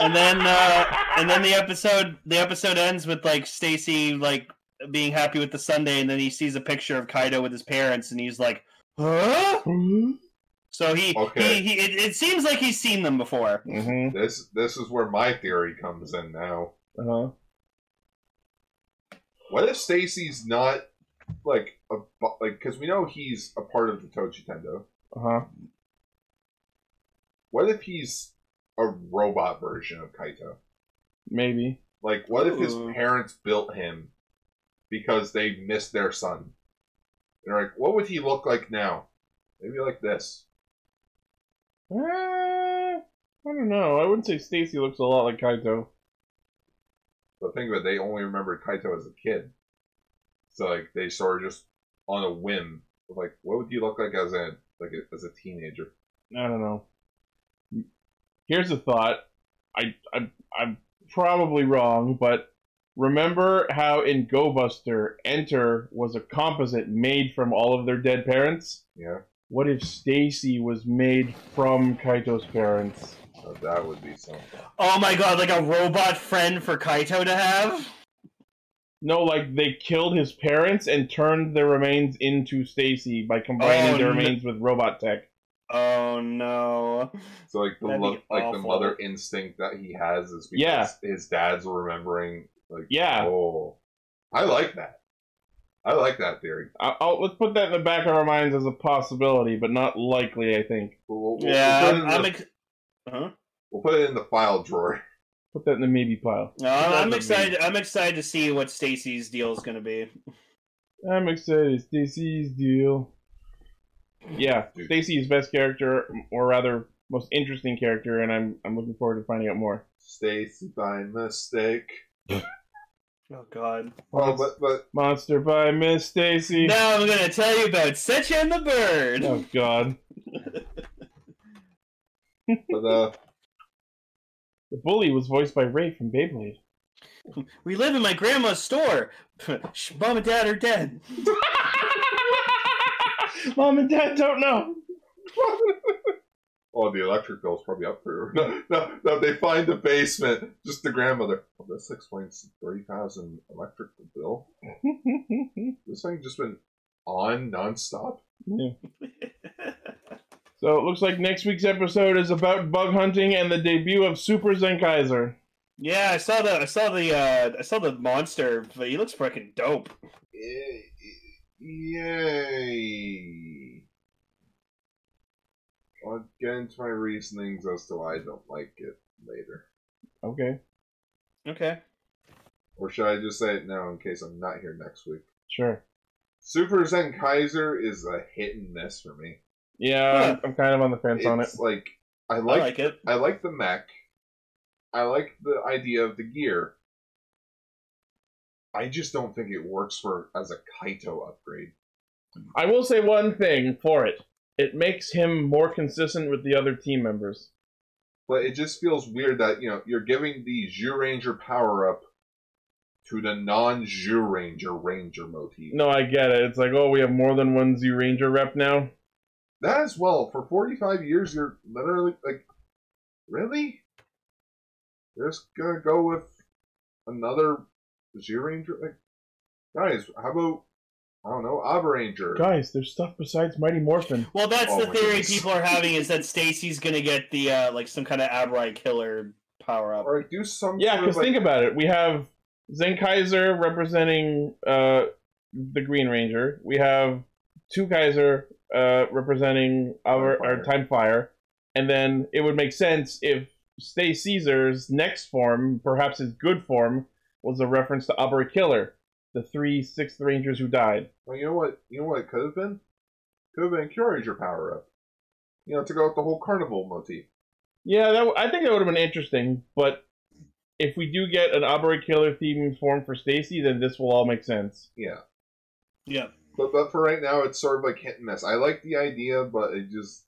[SPEAKER 2] and then uh, and then the episode the episode ends with like Stacy like being happy with the Sunday, and then he sees a picture of Kaido with his parents, and he's like, "Huh?" So he
[SPEAKER 3] Okay.
[SPEAKER 2] he, he it, it seems like he's seen them before.
[SPEAKER 1] Mm-hmm.
[SPEAKER 3] This this is where my theory comes in now.
[SPEAKER 1] Uh-huh.
[SPEAKER 3] What if Stacy's not like a bu- like because we know he's a part of the Tochi Tendo.
[SPEAKER 1] Uh-huh.
[SPEAKER 3] What if he's a robot version of Kaito?
[SPEAKER 1] Maybe.
[SPEAKER 3] Like, what if his
[SPEAKER 2] Ooh.
[SPEAKER 3] parents built him because they missed their son? They're like, what would he look like now? Maybe like this.
[SPEAKER 1] Uh, I don't know. I wouldn't say Stacy looks a lot like Kaito.
[SPEAKER 3] But think of it, they only remembered Kaito as a kid. So like they sort of just on a whim of like, what would he look like as a like a, as a teenager?
[SPEAKER 1] I don't know. Here's a thought. I, I I'm probably wrong, but remember how in Go Buster Enter was a composite made from all of their dead parents?
[SPEAKER 3] Yeah,
[SPEAKER 1] What if Stacy was made from Kaito's parents?
[SPEAKER 3] so that would be something.
[SPEAKER 2] Oh my god, like a robot friend for Kaito to have.
[SPEAKER 1] No, like they killed his parents and turned their remains into Stacy by combining
[SPEAKER 2] Oh,
[SPEAKER 1] their
[SPEAKER 2] no.
[SPEAKER 1] remains with robot tech.
[SPEAKER 2] Oh no.
[SPEAKER 3] So like the
[SPEAKER 2] That'd be
[SPEAKER 3] look, like the
[SPEAKER 2] awful.
[SPEAKER 3] mother instinct that he has is
[SPEAKER 1] Yeah.
[SPEAKER 3] because his dad's remembering. Like,
[SPEAKER 1] Yeah.
[SPEAKER 3] oh, I like that. I like that theory.
[SPEAKER 1] i I'll, let's put that in the back of our minds as a possibility, but not likely. I think.
[SPEAKER 3] We'll, we'll-
[SPEAKER 2] Yeah,
[SPEAKER 3] we'll put it in
[SPEAKER 2] I'm,
[SPEAKER 3] the-
[SPEAKER 2] I'm ex- huh?
[SPEAKER 3] We'll put it in the file drawer.
[SPEAKER 1] Put that in the maybe pile.
[SPEAKER 2] No, I'm, I'm
[SPEAKER 1] Doesn't
[SPEAKER 2] excited. I'm excited to see what Stacy's deal is going to be.
[SPEAKER 1] I'm excited. Uh, Stacy's deal. Yeah,
[SPEAKER 3] Dude.
[SPEAKER 1] Stacy is best character, or rather, most interesting character, and I'm I'm looking forward to finding out more.
[SPEAKER 3] Stacy by mistake.
[SPEAKER 2] Oh God!
[SPEAKER 3] Oh, but but
[SPEAKER 1] Monster by Miss Stacy.
[SPEAKER 2] Now I'm going to tell you about Setcha and the Bird.
[SPEAKER 1] Oh God,
[SPEAKER 3] but uh,
[SPEAKER 1] the bully was voiced by Ray from Beyblade.
[SPEAKER 2] We live in my grandma's store. Sh- Mom and Dad are dead.
[SPEAKER 1] Mom and Dad don't know.
[SPEAKER 3] oh, the electric bill's probably up for. No, no, no, they find the basement. Just the grandmother. Oh, this explains the thirty thousand electric bill. This thing just been on nonstop.
[SPEAKER 1] so it looks like next week's episode is about bug hunting and the debut of Super Zenkaiser.
[SPEAKER 2] Yeah, I saw the I saw the uh I saw the monster. But he looks fucking dope.
[SPEAKER 3] Eh, eh, Yay! I'll get into my reasonings as to why I don't like it later.
[SPEAKER 1] Okay,
[SPEAKER 2] Okay.
[SPEAKER 3] Or should I just say it now in case I'm not here next week?
[SPEAKER 1] sure.
[SPEAKER 3] Super Zen Kaiser is a hit and miss for me.
[SPEAKER 1] Yeah,
[SPEAKER 2] Huh.
[SPEAKER 1] I'm kind of on the fence on it.
[SPEAKER 3] It's like I
[SPEAKER 2] I
[SPEAKER 3] like,
[SPEAKER 2] like it.
[SPEAKER 3] I like the mech. I like the idea of the gear. I just don't think it works for as a Kaito upgrade.
[SPEAKER 1] I will say one thing for it. It makes him more consistent with the other team members.
[SPEAKER 3] But it just feels weird that, you know, you're giving the Zhu Ranger power up to the non Zhu Ranger Ranger motif.
[SPEAKER 1] No, I get it. It's like, oh, we have more than one Z Ranger rep now.
[SPEAKER 3] That as well. For 45 years, you're literally like, really? You're just gonna go with another Z Ranger? Like, guys, how about, I don't know, Ava Ranger?
[SPEAKER 1] Guys, there's stuff besides Mighty Morphin.
[SPEAKER 2] Well, that's
[SPEAKER 3] Oh
[SPEAKER 2] the
[SPEAKER 3] my
[SPEAKER 2] theory
[SPEAKER 3] goodness.
[SPEAKER 2] people are having is that Stacy's going to get the uh like some kind of Abrai killer power up.
[SPEAKER 3] Or like, do some
[SPEAKER 1] Yeah,
[SPEAKER 3] sort of,
[SPEAKER 1] because
[SPEAKER 3] like,
[SPEAKER 1] think about it. We have Zen Kaiser representing uh, the Green Ranger. We have Two Kaiser uh, representing our, our Time Fire. And then it would make sense if Stay Caesar's next form, perhaps his good form, was a reference to Upper Killer, the three Sixth Rangers who died.
[SPEAKER 3] Well, you know what? You know what it could have been? Could have been Curator power up. You know, to go with the whole carnival motif.
[SPEAKER 1] Yeah, that, w- I think that would have been interesting, but if we do get an Abra Killer theme form for Stacy, then this will all make sense.
[SPEAKER 3] Yeah.
[SPEAKER 2] Yeah.
[SPEAKER 3] But but for right now, it's sort of like hit and miss. I like the idea, but it just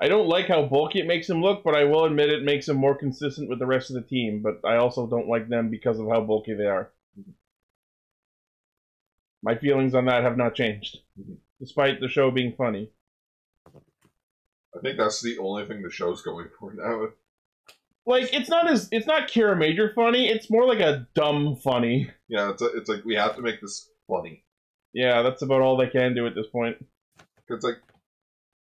[SPEAKER 1] I don't like how bulky it makes him look, but I will admit it makes him more consistent with the rest of the team, but I also don't like them because of how bulky they are. My feelings on that have not changed, despite the show being funny.
[SPEAKER 3] I think that's the only thing the show's going for now.
[SPEAKER 1] Like it's not as it's not Kira Major funny, it's more like a dumb funny.
[SPEAKER 3] Yeah, it's it's like we have to make this funny.
[SPEAKER 1] Yeah, that's about all they can do at this point.
[SPEAKER 3] It's like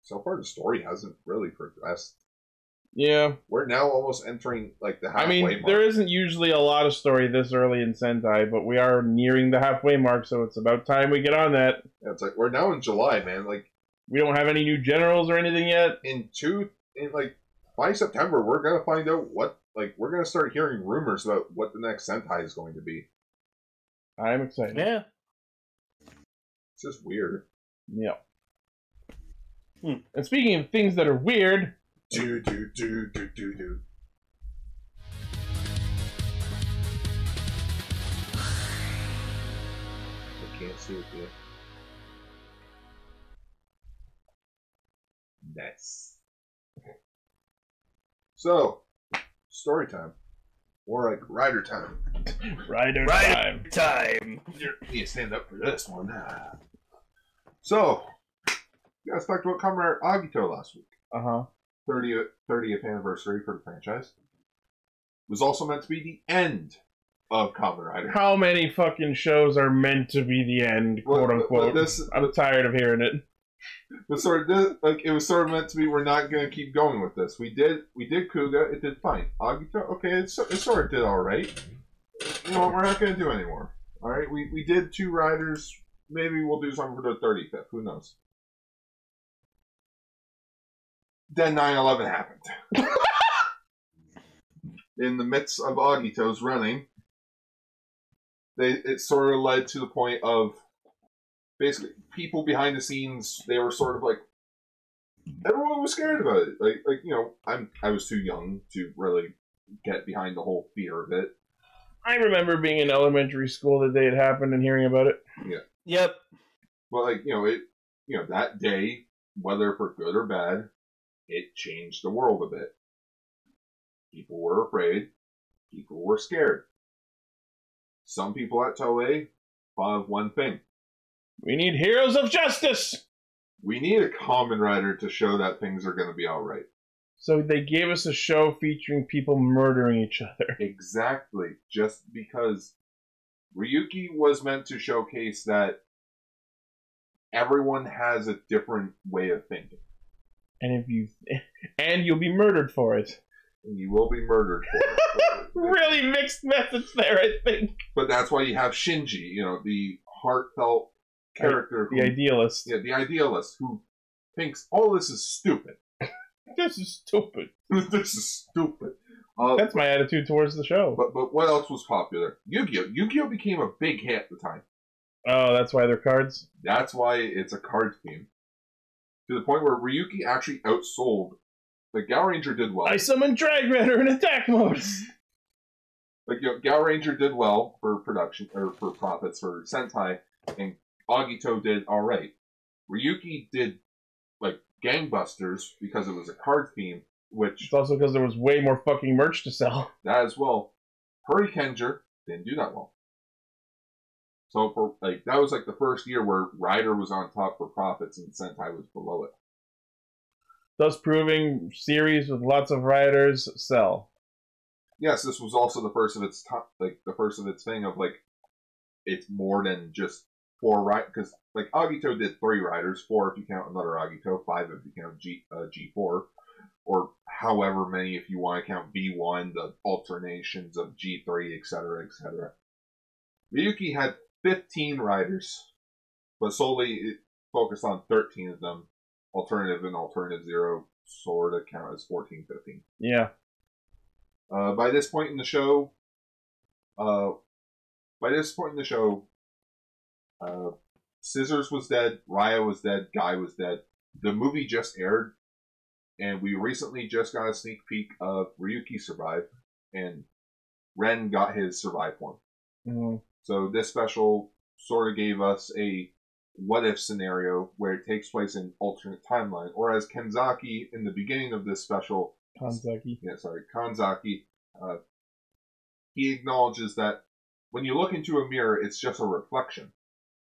[SPEAKER 3] so far the story hasn't really progressed.
[SPEAKER 1] Yeah.
[SPEAKER 3] We're now almost entering like the halfway
[SPEAKER 1] I mean,
[SPEAKER 3] mark.
[SPEAKER 1] there isn't usually a lot of story this early in Sentai, but we are nearing the halfway mark, so it's about time we get on that.
[SPEAKER 3] Yeah, it's like we're now in July, man. Like
[SPEAKER 1] We don't have any new generals or anything yet.
[SPEAKER 3] in two in like by September, we're gonna find out what like we're gonna start hearing rumors about what the next Sentai is going to be.
[SPEAKER 1] I'm excited.
[SPEAKER 2] Yeah.
[SPEAKER 3] It's just weird.
[SPEAKER 1] Yeah.
[SPEAKER 2] Hmm.
[SPEAKER 1] And speaking of things that are weird,
[SPEAKER 3] Do do do do do do. I can't see it yet. Nice. So, story time. Or like rider time.
[SPEAKER 1] Rider
[SPEAKER 2] Rider.
[SPEAKER 1] time.
[SPEAKER 2] Time.
[SPEAKER 3] need to stand up for this one. So, you guys talked about Comrade Agito last week.
[SPEAKER 1] Uh huh.
[SPEAKER 3] 30th, 30th anniversary for the franchise. It was also meant to be the end of Kamen Rider.
[SPEAKER 1] How many fucking shows are meant to be the end,
[SPEAKER 3] Well,
[SPEAKER 1] quote
[SPEAKER 3] but- but
[SPEAKER 1] unquote?
[SPEAKER 3] this-
[SPEAKER 1] I'm tired of hearing it.
[SPEAKER 3] But sort of this, like it was sort of meant to be. We're not going to keep going with this. We did we did Kuga. It did fine. Agito. Okay, it, so, it sort of did all right. You know what? We're not going to do anymore. All right. We we did two riders. Maybe we'll do something for the 35th. Who knows? Then 9/11 happened. In the midst of Agito's running, they it sort of led to the point of basically people behind the scenes they were sort of like everyone was scared about it like like you know i'm i was too young to really get behind the whole fear of it
[SPEAKER 1] I remember being in elementary school the day it happened and hearing about it.
[SPEAKER 2] Yep.
[SPEAKER 3] but like you know it you know that day whether for good or bad it changed the world a bit people were afraid people were scared some people at toei thought of one thing
[SPEAKER 1] We need heroes of justice!
[SPEAKER 3] we need a common rider to show that things are going to be all right
[SPEAKER 1] So they gave us a show featuring people murdering each other.
[SPEAKER 3] Exactly. Just because Ryuki was meant to showcase that everyone has a different way of thinking.
[SPEAKER 1] And if you and you'll be murdered for it.
[SPEAKER 3] And you will be murdered for it.
[SPEAKER 1] Really mixed message there, I think.
[SPEAKER 3] but that's why you have Shinji, you know, the heartfelt character who,
[SPEAKER 1] The idealist.
[SPEAKER 3] yeah, the idealist who thinks all this is stupid.
[SPEAKER 1] This is stupid.
[SPEAKER 3] this is stupid. Uh,
[SPEAKER 1] That's my attitude towards the show.
[SPEAKER 3] but but what else was popular? Yu-Gi-Oh! Yu-Gi-Oh! became a big hit at the time.
[SPEAKER 1] Oh, that's why they're cards.
[SPEAKER 3] That's why it's a card game. To the point where Ryuki actually outsold. Like, Gal Ranger did well.
[SPEAKER 1] I summon Drag Rider in attack mode.
[SPEAKER 3] Like, you know, Gal Ranger did well for production, or for profits for Sentai, and Agito did alright. Ryuki did, like, gangbusters because it was a card theme, which,
[SPEAKER 1] It's also because there was way more fucking merch to sell.
[SPEAKER 3] that as well, Hurricaneer didn't do that well. So, for, like, that was, like, the first year where Rider was on top for profits and Sentai was below it.
[SPEAKER 1] Thus proving series with lots of writers sell.
[SPEAKER 3] yes, this was also the first of its top, like the first of its thing of like it's more than just four ride because like Agito did three riders, four if you count another Agito, five if you count G uh, G four, or however many if you want to count V one, the alternations of G three, etc., etc. Ryuki had fifteen riders, but solely it focused on thirteen of them. Alternative and alternative zero sort of count as 14, 15.
[SPEAKER 1] Yeah.
[SPEAKER 3] Uh, by this point in the show, uh, by this point in the show, uh, Scissors was dead, Raya was dead, Guy was dead. The movie just aired and we recently just got a sneak peek of Ryuki Survive, and Ren got his Survive one.
[SPEAKER 1] Mhm.
[SPEAKER 3] So this special sort of gave us a what if scenario where it takes place in alternate timeline, or as Kenzaki in the beginning of this special
[SPEAKER 1] Kanzaki.
[SPEAKER 3] yeah, sorry, Kanzaki, uh, he acknowledges that when you look into a mirror, it's just a reflection.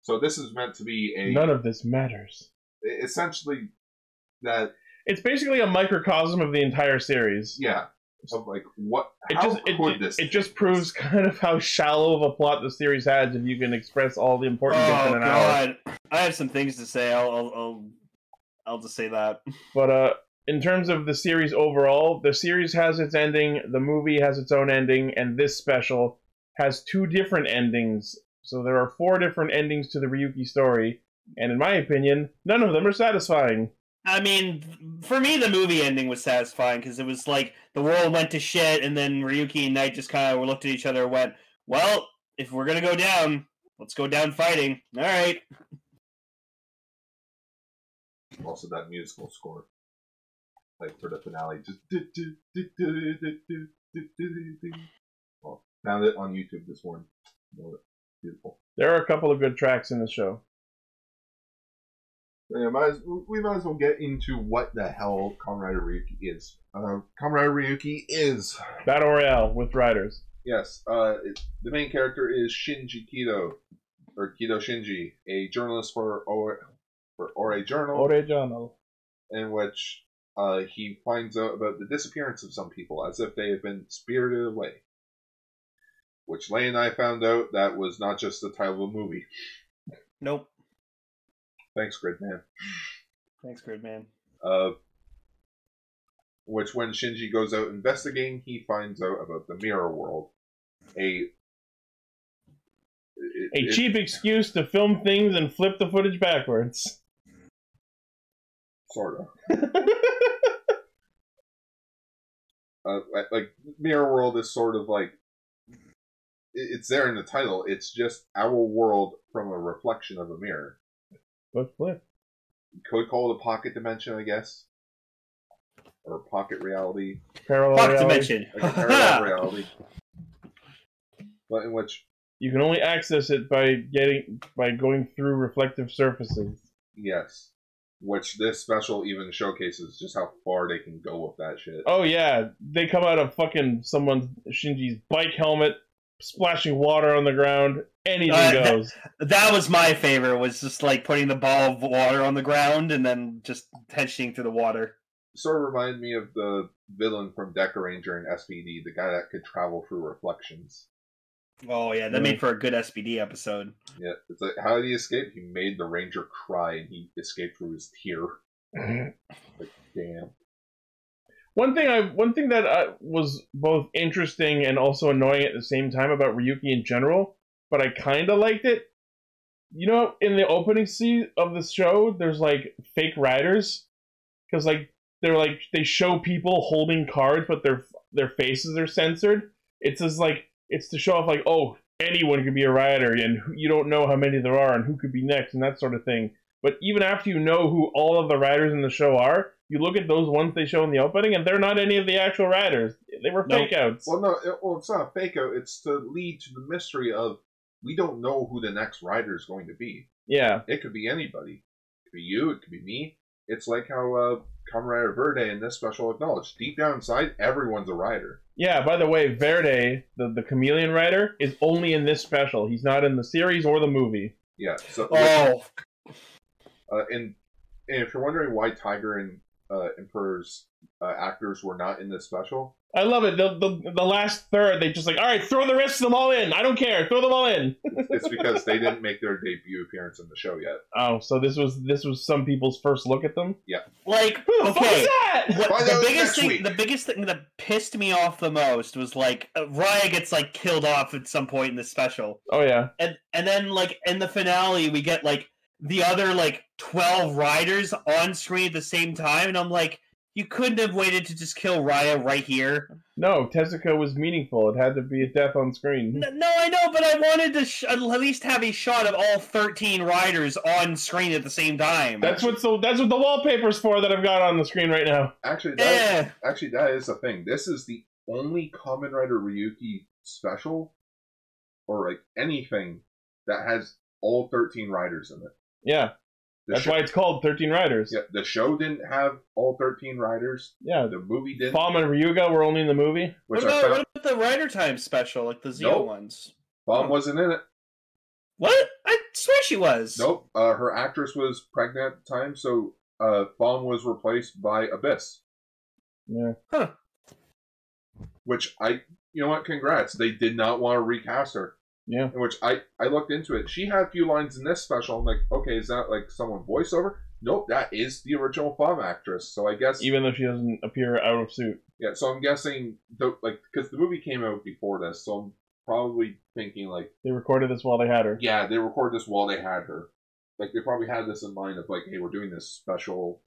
[SPEAKER 3] So this is meant to be a e-,
[SPEAKER 1] None of this matters.
[SPEAKER 3] essentially that
[SPEAKER 1] It's basically a microcosm of the entire series.
[SPEAKER 3] yeah of like what
[SPEAKER 1] It
[SPEAKER 3] how
[SPEAKER 1] just it,
[SPEAKER 3] could
[SPEAKER 1] it-
[SPEAKER 3] this
[SPEAKER 1] it just proves kind of how shallow of a plot the series has if you can express all the important bits
[SPEAKER 2] Oh
[SPEAKER 1] in an hour.
[SPEAKER 2] god, I have some things to say. I'll I'll I'll, I'll just say that.
[SPEAKER 1] But uh, in terms of the series overall, the series has its ending, the movie has its own ending, and this special has two different endings. So there are four different endings to the Ryuki story, and in my opinion, none of them are satisfying.
[SPEAKER 2] I mean, for me, the movie ending was satisfying because it was like the world went to shit, and then Ryuki and Knight just kind of looked at each other and went, "Well, if we're gonna go down, let's go down fighting." All right.
[SPEAKER 3] also that musical score like for the finale just do, do, do, do, do, do, do, do, do. Well, found it on YouTube this morning. Love it. Beautiful.
[SPEAKER 1] There are a couple of good tracks in the show.
[SPEAKER 3] So yeah, might as, we might as well get into what the hell Comrade Ryuki is. Uh, Comrade Ryuki is
[SPEAKER 1] Battle Royale with Riders.
[SPEAKER 3] Yes, uh, it, the main character is Shinji Kido, or Kido Shinji, a journalist for Ore, for Ore Journal,
[SPEAKER 1] Orejano.
[SPEAKER 3] in which uh, he finds out about the disappearance of some people as if they have been spirited away. Which Lay and I found out that was not just the title of a movie.
[SPEAKER 2] Nope.
[SPEAKER 3] Thanks, Grid Man.
[SPEAKER 2] Thanks, Gridman.
[SPEAKER 3] Uh, which, when Shinji goes out investigating, he finds out about the Mirror World, a it-
[SPEAKER 1] A
[SPEAKER 3] it-
[SPEAKER 1] cheap excuse to film things and flip the footage backwards.
[SPEAKER 3] sort of. uh, like, like mirror world is sort of like it- it's there in the title it's just our world from a reflection of a mirror
[SPEAKER 1] But flip.
[SPEAKER 3] you could call it a pocket dimension i guess or pocket reality
[SPEAKER 1] Parallel
[SPEAKER 2] Fuck
[SPEAKER 1] reality.
[SPEAKER 2] dimension.
[SPEAKER 3] Oh, like a parallel reality but in which
[SPEAKER 1] You can only access it by getting by going through reflective surfaces.
[SPEAKER 3] yes which this special even showcases just how far they can go with that shit
[SPEAKER 1] Oh yeah, they come out of fucking someone's Shinji's bike helmet, splashing water on the ground. Anything
[SPEAKER 2] Uh, that-
[SPEAKER 1] goes.
[SPEAKER 2] That was my favorite. Was just like putting the ball of water on the ground and then just tensioning through the water.
[SPEAKER 3] sort of remind me of the villain from Decker Ranger and SPD, the guy that could travel through reflections.
[SPEAKER 2] Oh yeah, that
[SPEAKER 1] Yeah.
[SPEAKER 2] made for a good SBD episode.
[SPEAKER 3] Yeah, it's like how did he escape? He made the ranger cry, and he escaped through his tear. like, damn.
[SPEAKER 1] One thing I one thing that uh, was both interesting and also annoying at the same time about Ryuki in general, but I kind of liked it. You know, in the opening scene of the show, there's like fake riders because like they're like they show people holding cards, but their their faces are censored. It's as like it's to show off like oh anyone could be a rider and who- you don't know how many there are and who could be next and that sort of thing. But even after you know who all of the riders in the show are, you look at those ones they show in the opening, and they're not any of the actual riders. They were
[SPEAKER 2] Nope.
[SPEAKER 1] fake outs.
[SPEAKER 3] Well, no, it, well, it's not a fake out. It's to lead to the mystery of we don't know who the next rider is going to be.
[SPEAKER 1] Yeah,
[SPEAKER 3] It could be anybody. It could be you. It could be me. It's like how uh, Comrade Verde in this special acknowledged deep down inside, everyone's a rider.
[SPEAKER 1] yeah. By the way, Verde, the, the chameleon rider, is only in this special. He's not in the series or the movie.
[SPEAKER 3] Yeah. So
[SPEAKER 2] Oh,
[SPEAKER 3] Uh, and, and if you're wondering why Tiger and uh, Emperor's uh, actors were not in this special,
[SPEAKER 1] I love it. The, the the last third, they just like, all right, throw the rest of them all in. I don't care. Throw them all in.
[SPEAKER 3] it's because they didn't make their debut appearance in the show yet.
[SPEAKER 1] Oh, so this was this was some people's first look at them.
[SPEAKER 2] like
[SPEAKER 1] Who the fuck is
[SPEAKER 2] okay.
[SPEAKER 1] that?
[SPEAKER 2] What,
[SPEAKER 3] Find
[SPEAKER 2] the
[SPEAKER 3] out next
[SPEAKER 2] biggest thing,
[SPEAKER 3] week.
[SPEAKER 2] the biggest thing that pissed me off the most was like uh, Raya gets like killed off at some point in the special,
[SPEAKER 1] Oh yeah,
[SPEAKER 2] and and then like in the finale we get like the other like twelve riders on screen at the same time, and I'm like, You couldn't have waited to just kill Raya right here.
[SPEAKER 1] No, Tezuka was meaningful. It had to be a death on
[SPEAKER 3] Mm-hmm.
[SPEAKER 1] screen.
[SPEAKER 2] N- No, I know, but I wanted to sh- at least have a shot of all 13 riders on screen at the same time.
[SPEAKER 1] That's what's the that's what the wallpaper's for that I've got on the screen right now.
[SPEAKER 3] Actually, that,
[SPEAKER 2] Eh.
[SPEAKER 3] actually, that is the thing. This is the only Kamen Rider Ryuki special, or like anything that has all thirteen riders in it.
[SPEAKER 1] Yeah,
[SPEAKER 3] The
[SPEAKER 1] that's
[SPEAKER 3] show,
[SPEAKER 1] why it's called Thirteen Riders.
[SPEAKER 3] yeah, the show didn't have all thirteen riders.
[SPEAKER 1] Yeah,
[SPEAKER 3] The movie didn't,
[SPEAKER 1] Palm and Ryuga were only in the movie.
[SPEAKER 3] which
[SPEAKER 2] What
[SPEAKER 3] I
[SPEAKER 2] about,
[SPEAKER 3] found
[SPEAKER 2] what about the Rider Time special, like the Zio
[SPEAKER 3] Nope.
[SPEAKER 2] ones?
[SPEAKER 3] Bomb wasn't in it.
[SPEAKER 2] What? I swear she was.
[SPEAKER 3] Nope. Uh, her actress was pregnant at the time, so uh, Bomb was replaced by Abyss.
[SPEAKER 1] Yeah.
[SPEAKER 2] Huh.
[SPEAKER 3] Which I, you know what? Congrats. They did not want to recast her.
[SPEAKER 1] Yeah.
[SPEAKER 3] In which I, I looked into it. She had a few lines in this special. I'm like, okay, is that like someone voiceover? Nope, that is the original Bomb actress. So I guess
[SPEAKER 1] Even though she doesn't appear out of suit.
[SPEAKER 3] yeah. So I'm guessing the like because the movie came out before this, so I'm probably thinking like.
[SPEAKER 1] They recorded this while they had her.
[SPEAKER 3] Yeah, they recorded this while they had her. Like they probably had this in mind of like, hey, we're doing this special.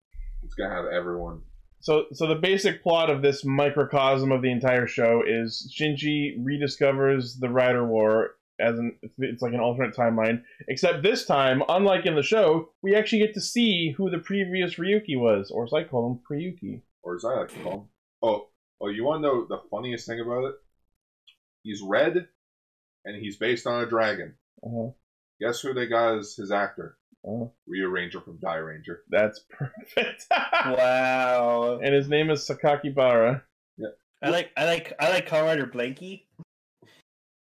[SPEAKER 3] It's gonna have everyone.
[SPEAKER 1] So, so the basic plot of this microcosm of the entire show is Shinji rediscovers the Rider War as an it's like an alternate timeline. Except this time, unlike in the show, we actually get to see who the previous Ryuki was, or as I call him, Priyuki.
[SPEAKER 3] Or as I like to call him. Oh, oh, you want to know the funniest thing about it? He's red, and he's based on a dragon.
[SPEAKER 1] Uh-huh.
[SPEAKER 3] Guess who they got as his actor?
[SPEAKER 1] Oh.
[SPEAKER 3] Ryu Ranger from Die Ranger.
[SPEAKER 1] That's perfect.
[SPEAKER 2] Wow.
[SPEAKER 1] and his name is Sakaki Bara.
[SPEAKER 2] I like I like I like Kamen Rider Blanky.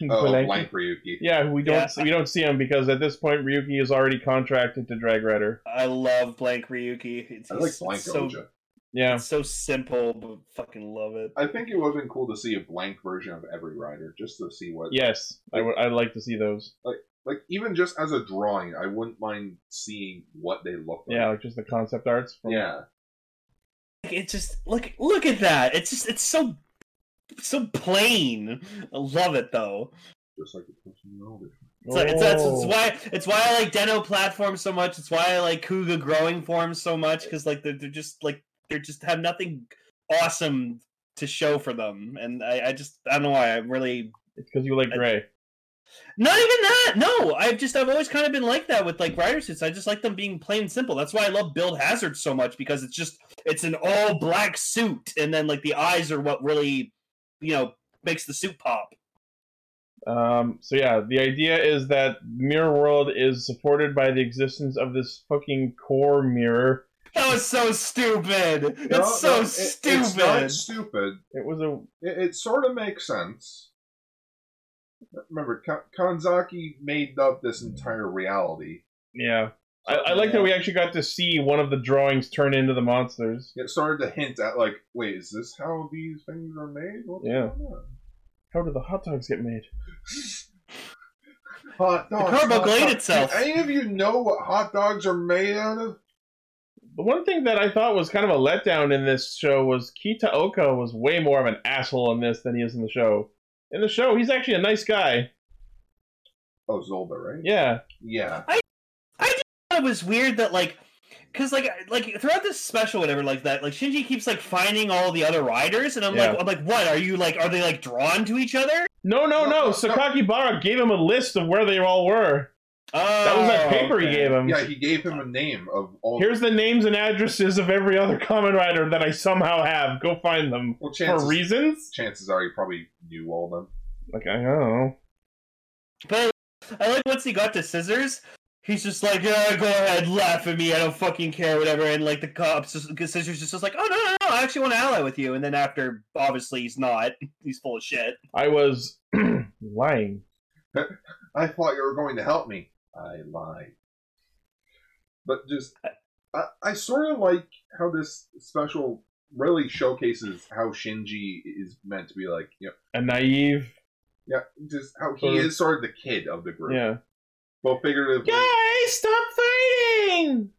[SPEAKER 3] Oh,
[SPEAKER 1] Blank.
[SPEAKER 3] Blank Ryuki.
[SPEAKER 1] Yeah, we don't
[SPEAKER 2] Yeah.
[SPEAKER 1] we don't see him because at this point Ryuki is already contracted to Drag Rider.
[SPEAKER 2] I love Blank Ryuki. It's,
[SPEAKER 3] I like
[SPEAKER 2] he's
[SPEAKER 3] Blank
[SPEAKER 2] so,
[SPEAKER 3] Oja.
[SPEAKER 1] Yeah.
[SPEAKER 2] It's so simple, but fucking love it.
[SPEAKER 3] I think it would have been cool to see a blank version of every rider, just to see what.
[SPEAKER 1] Yes, I would. I'd like to see those.
[SPEAKER 3] Like even just as a drawing, I wouldn't mind seeing what they look like.
[SPEAKER 1] Yeah, like just the concept arts. From,
[SPEAKER 3] Yeah.
[SPEAKER 2] Like, It's just look look at that. It's just it's so so plain. I love it though.
[SPEAKER 3] just like the personality.
[SPEAKER 2] It's, like, it's, that's, it's
[SPEAKER 1] Oh.
[SPEAKER 2] why it's why I like Deno platform so much. It's why I like Kuga growing forms so much because like they're, they're just like they're just have nothing awesome to show for them, and I, I just I don't know why I'm really
[SPEAKER 1] It's because you like Gray.
[SPEAKER 2] Not even that. No, I've just I've always kind of been like that with like rider suits. I just like them being plain and simple. That's why I love Build Hazard so much because it's just it's an all black suit, and then like the eyes are what really you know makes the suit pop.
[SPEAKER 1] Um, so yeah, the idea is that Mirror World is supported by the existence of this fucking core mirror.
[SPEAKER 2] That was so stupid. That's
[SPEAKER 3] No,
[SPEAKER 2] so
[SPEAKER 3] no, it-
[SPEAKER 2] stupid.
[SPEAKER 3] It's not stupid.
[SPEAKER 1] It was a
[SPEAKER 3] It, it sort of makes sense. Remember, Ka- Kanzaki made up this entire reality.
[SPEAKER 1] yeah. I, I like that we actually got to see one of the drawings turn into the monsters.
[SPEAKER 3] It started to hint at like, wait, is this how these things are made? What's
[SPEAKER 1] Yeah.
[SPEAKER 3] going on?
[SPEAKER 1] How did the hot dogs get made?
[SPEAKER 3] Hot
[SPEAKER 1] Oh,
[SPEAKER 3] dogs.
[SPEAKER 2] carbuncle
[SPEAKER 3] hot
[SPEAKER 2] ate
[SPEAKER 3] dogs.
[SPEAKER 2] itself.
[SPEAKER 3] Do any of you know what hot dogs are made out of?
[SPEAKER 1] The one thing that I thought was kind of a letdown in this show was Kita Oka was way more of an asshole in this than he is in the show. In the show, he's actually a nice guy.
[SPEAKER 3] Oh, Zolda, right?
[SPEAKER 1] Yeah,
[SPEAKER 3] Yeah.
[SPEAKER 2] thought it was weird that like because like I- like throughout this special whatever like that like shinji keeps like finding all the other riders and i'm
[SPEAKER 1] Yeah.
[SPEAKER 2] like i'm like what are you like are they like drawn to each other
[SPEAKER 1] No, no,
[SPEAKER 3] No, no,
[SPEAKER 1] no.
[SPEAKER 3] no.
[SPEAKER 1] Sakaki Bara gave him a list of where they all were.
[SPEAKER 2] oh,
[SPEAKER 1] That was that paper he
[SPEAKER 2] okay.
[SPEAKER 1] gave him.
[SPEAKER 3] Yeah, he gave him a name of all.
[SPEAKER 1] Um, Here's the names and addresses of every other common rider that I somehow have. Go find them.
[SPEAKER 3] well, chances,
[SPEAKER 1] For reasons?
[SPEAKER 3] chances are he probably knew all of them.
[SPEAKER 1] Like, I don't know.
[SPEAKER 2] But I like once he got to scissors, he's just like, yeah, go ahead, laugh at me, I don't fucking care, whatever. And like the cops, just, because scissors just, just like, oh no, no, no, I actually want to ally with you. And then after, obviously he's not. He's full of shit.
[SPEAKER 1] I was lying.
[SPEAKER 3] I thought you were going to help me. I lied. But just, I, I sort of like how this special really showcases how Shinji is meant to be like, you know,
[SPEAKER 1] A naive.
[SPEAKER 3] yeah, just how he
[SPEAKER 1] Sort of-
[SPEAKER 3] is sort of the kid of the group.
[SPEAKER 1] Uh-huh. Yeah.
[SPEAKER 3] Both figuratively.
[SPEAKER 1] Guys, stop fighting!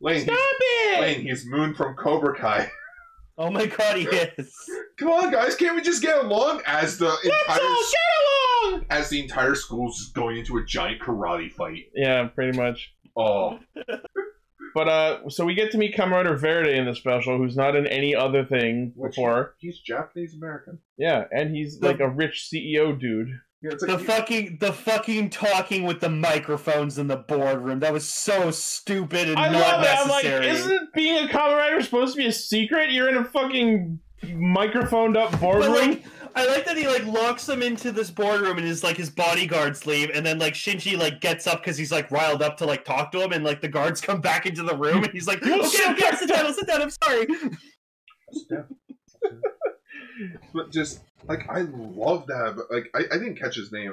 [SPEAKER 3] Lane, he's,
[SPEAKER 1] it!
[SPEAKER 3] Lane, he's Moon from Cobra Kai.
[SPEAKER 2] Oh my god, he is.
[SPEAKER 3] Come on, guys, can't we just get along as the entire s-
[SPEAKER 1] get along!
[SPEAKER 3] as the entire school's just going into a giant karate fight?
[SPEAKER 1] Yeah, pretty much.
[SPEAKER 3] Oh,
[SPEAKER 1] But uh, so we get to meet Commander Verde in the special, who's not in any other thing
[SPEAKER 3] Which-
[SPEAKER 1] before.
[SPEAKER 3] He's Japanese American.
[SPEAKER 1] Yeah, and he's
[SPEAKER 2] The-
[SPEAKER 1] like a rich CEO dude.
[SPEAKER 3] Yeah, it's
[SPEAKER 2] The
[SPEAKER 3] like,
[SPEAKER 2] fucking the fucking talking with the microphones in the boardroom. That was so stupid and
[SPEAKER 1] I
[SPEAKER 2] not
[SPEAKER 1] love that. I'm like,
[SPEAKER 2] necessary.
[SPEAKER 1] isn't being a Kamen Rider supposed to be a secret? You're in a fucking microphoned up
[SPEAKER 2] but
[SPEAKER 1] boardroom.
[SPEAKER 2] like, I like that he like locks him into this boardroom and his like his bodyguards leave, and then like Shinji like gets up because he's like riled up to like talk to him, and like the guards come back into the room, and he's like,
[SPEAKER 1] You're
[SPEAKER 2] okay,
[SPEAKER 1] so
[SPEAKER 2] okay, sit down, sit down, I'm sorry.
[SPEAKER 3] but just like I love that. But like I, I didn't catch his name.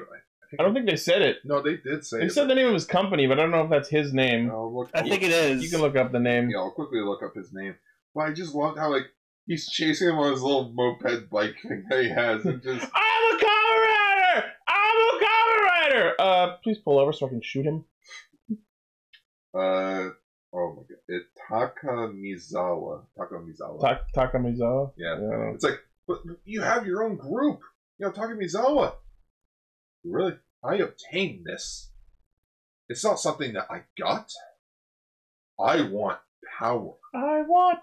[SPEAKER 1] I don't think they said it.
[SPEAKER 3] No, they did say.
[SPEAKER 1] They
[SPEAKER 3] it.
[SPEAKER 1] said the name of his company, but I don't know if that's his name.
[SPEAKER 3] I'll look,
[SPEAKER 2] I think it is.
[SPEAKER 1] You can look up the name.
[SPEAKER 3] Yeah, I'll quickly look up his name. But I just loved how like he's chasing him on his little moped bike thing that he has, and just
[SPEAKER 1] I'm a Kamen Rider! I'm a Kamen Rider! Uh, please pull over so I can shoot him.
[SPEAKER 3] uh oh my god, it, Takamizawa, Takamizawa.
[SPEAKER 1] Tak- Takamizawa?
[SPEAKER 3] Yeah.
[SPEAKER 1] I don't know.
[SPEAKER 3] it's like, but you have your own group. You know, Takamizawa. Really, I obtained this. It's not something that I got. I want power.
[SPEAKER 1] I want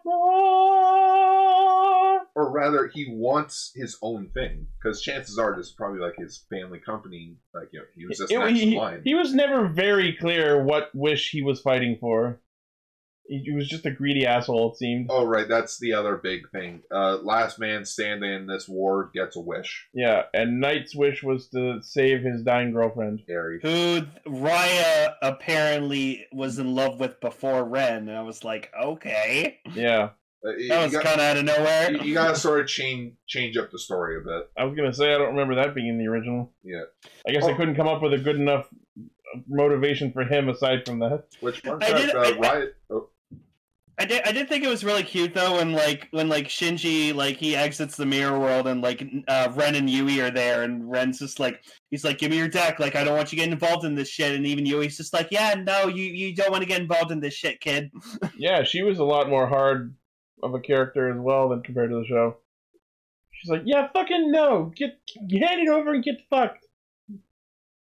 [SPEAKER 1] more!
[SPEAKER 3] or rather, he wants his own thing because chances are this is probably like his family company. Like you know, he was just
[SPEAKER 1] It-
[SPEAKER 3] next in
[SPEAKER 1] he,
[SPEAKER 3] line.
[SPEAKER 1] he was never very clear what wish he was fighting for. He, he was just a greedy asshole, it seemed.
[SPEAKER 3] oh right, that's the other big thing. Uh, last man standing in this war gets a wish.
[SPEAKER 1] Yeah, and Knight's wish was to save his dying girlfriend.
[SPEAKER 3] Harry.
[SPEAKER 2] Who Raya apparently was in love with before Ren, and I was like, okay,
[SPEAKER 1] Yeah,
[SPEAKER 3] Uh, you,
[SPEAKER 2] that was
[SPEAKER 3] got,
[SPEAKER 2] kind of out of nowhere.
[SPEAKER 3] you- you gotta sort of change change up the story a bit.
[SPEAKER 1] I was gonna say I don't remember that being in the original.
[SPEAKER 3] Yeah.
[SPEAKER 1] I guess I
[SPEAKER 3] Oh.
[SPEAKER 1] couldn't come up with a good enough motivation for him aside from that.
[SPEAKER 3] Which fun
[SPEAKER 2] I
[SPEAKER 3] fact,
[SPEAKER 2] did-
[SPEAKER 3] uh,
[SPEAKER 2] I- I-
[SPEAKER 3] Riot. Oh,
[SPEAKER 2] I did. I did think it was really cute though when like when like Shinji like he exits the mirror world and like n- uh, Ren and Yui are there and Ren's just like he's like give me your deck like I don't want you getting involved in this shit and even Yui's just like yeah no you you don't want to get involved in this shit kid
[SPEAKER 1] Yeah, she was a lot more hard of a character as well than compared to the show. She's like, yeah, fucking no, get hand it over and get fucked.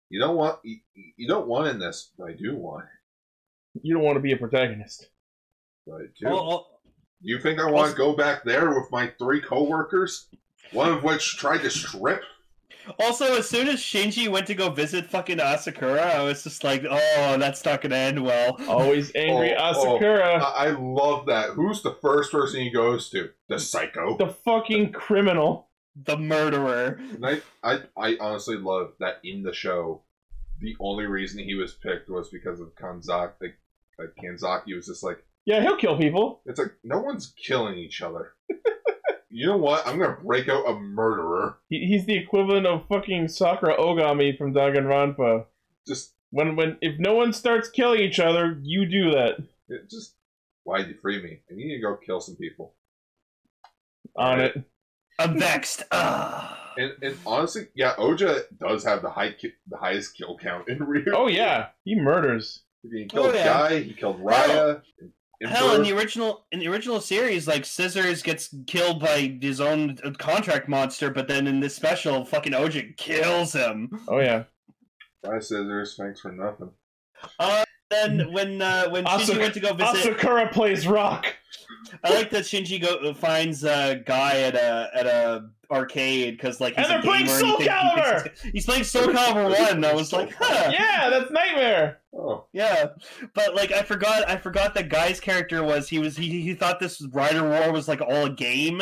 [SPEAKER 3] you don't want you, you don't want in this, but I do want.
[SPEAKER 1] You don't want to be a protagonist.
[SPEAKER 3] But I do.
[SPEAKER 2] Well, well,
[SPEAKER 3] you think I want
[SPEAKER 2] also-
[SPEAKER 3] to go back there with my three coworkers, one of which tried to strip?
[SPEAKER 2] Also, as soon as Shinji went to go visit fucking Asakura, I was just like, oh, that's not gonna end well.
[SPEAKER 1] Always angry
[SPEAKER 3] Oh, oh.
[SPEAKER 1] Asakura,
[SPEAKER 3] I I love that. Who's the first person he goes to? The psycho.
[SPEAKER 1] the fucking criminal.
[SPEAKER 2] The murderer.
[SPEAKER 3] And I, I, I honestly love that in the show, the only reason he was picked was because of Kanzaki. Like, like Kanzaki was just like,
[SPEAKER 1] Yeah, he'll kill people.
[SPEAKER 3] it's like no one's killing each other. you know what? I'm gonna break out a murderer.
[SPEAKER 1] He, he's the equivalent of fucking Sakura Ogami from Danganronpa.
[SPEAKER 3] Just,
[SPEAKER 1] When when if no one starts killing each other, you do that.
[SPEAKER 3] it, just why'd you free me? I need to go kill some people.
[SPEAKER 1] On it.
[SPEAKER 2] I'm vexed. Ah.
[SPEAKER 3] And and honestly, yeah, Oja does have the high ki- the highest kill count in Ryu.
[SPEAKER 1] Oh yeah, he murders.
[SPEAKER 3] he killed
[SPEAKER 2] Oh, yeah.
[SPEAKER 3] Guy. He killed
[SPEAKER 2] Hell,
[SPEAKER 3] Raya.
[SPEAKER 2] in
[SPEAKER 3] Emperor.
[SPEAKER 2] the original in the original series, like Scissors gets killed by his own uh, contract monster, but then in this special, fucking Ojin kills him.
[SPEAKER 1] Oh yeah.
[SPEAKER 3] Bye, scissors. Thanks for nothing.
[SPEAKER 2] Uh, then when uh, when
[SPEAKER 1] Asak-
[SPEAKER 2] Shinji went to go visit,
[SPEAKER 1] Asakura plays rock.
[SPEAKER 2] I like that Shinji go finds a guy at a at a arcade because like he's
[SPEAKER 1] And they're
[SPEAKER 2] a
[SPEAKER 1] playing
[SPEAKER 2] gamer
[SPEAKER 1] Soul
[SPEAKER 2] and he thinks- he thinks he's, he's playing Soul Calibur One. and I was like, huh,
[SPEAKER 1] Yeah, that's nightmare.
[SPEAKER 3] Oh,
[SPEAKER 2] Yeah, but like I forgot, I forgot that guy's character was he was he he thought this Rider War was like all a game.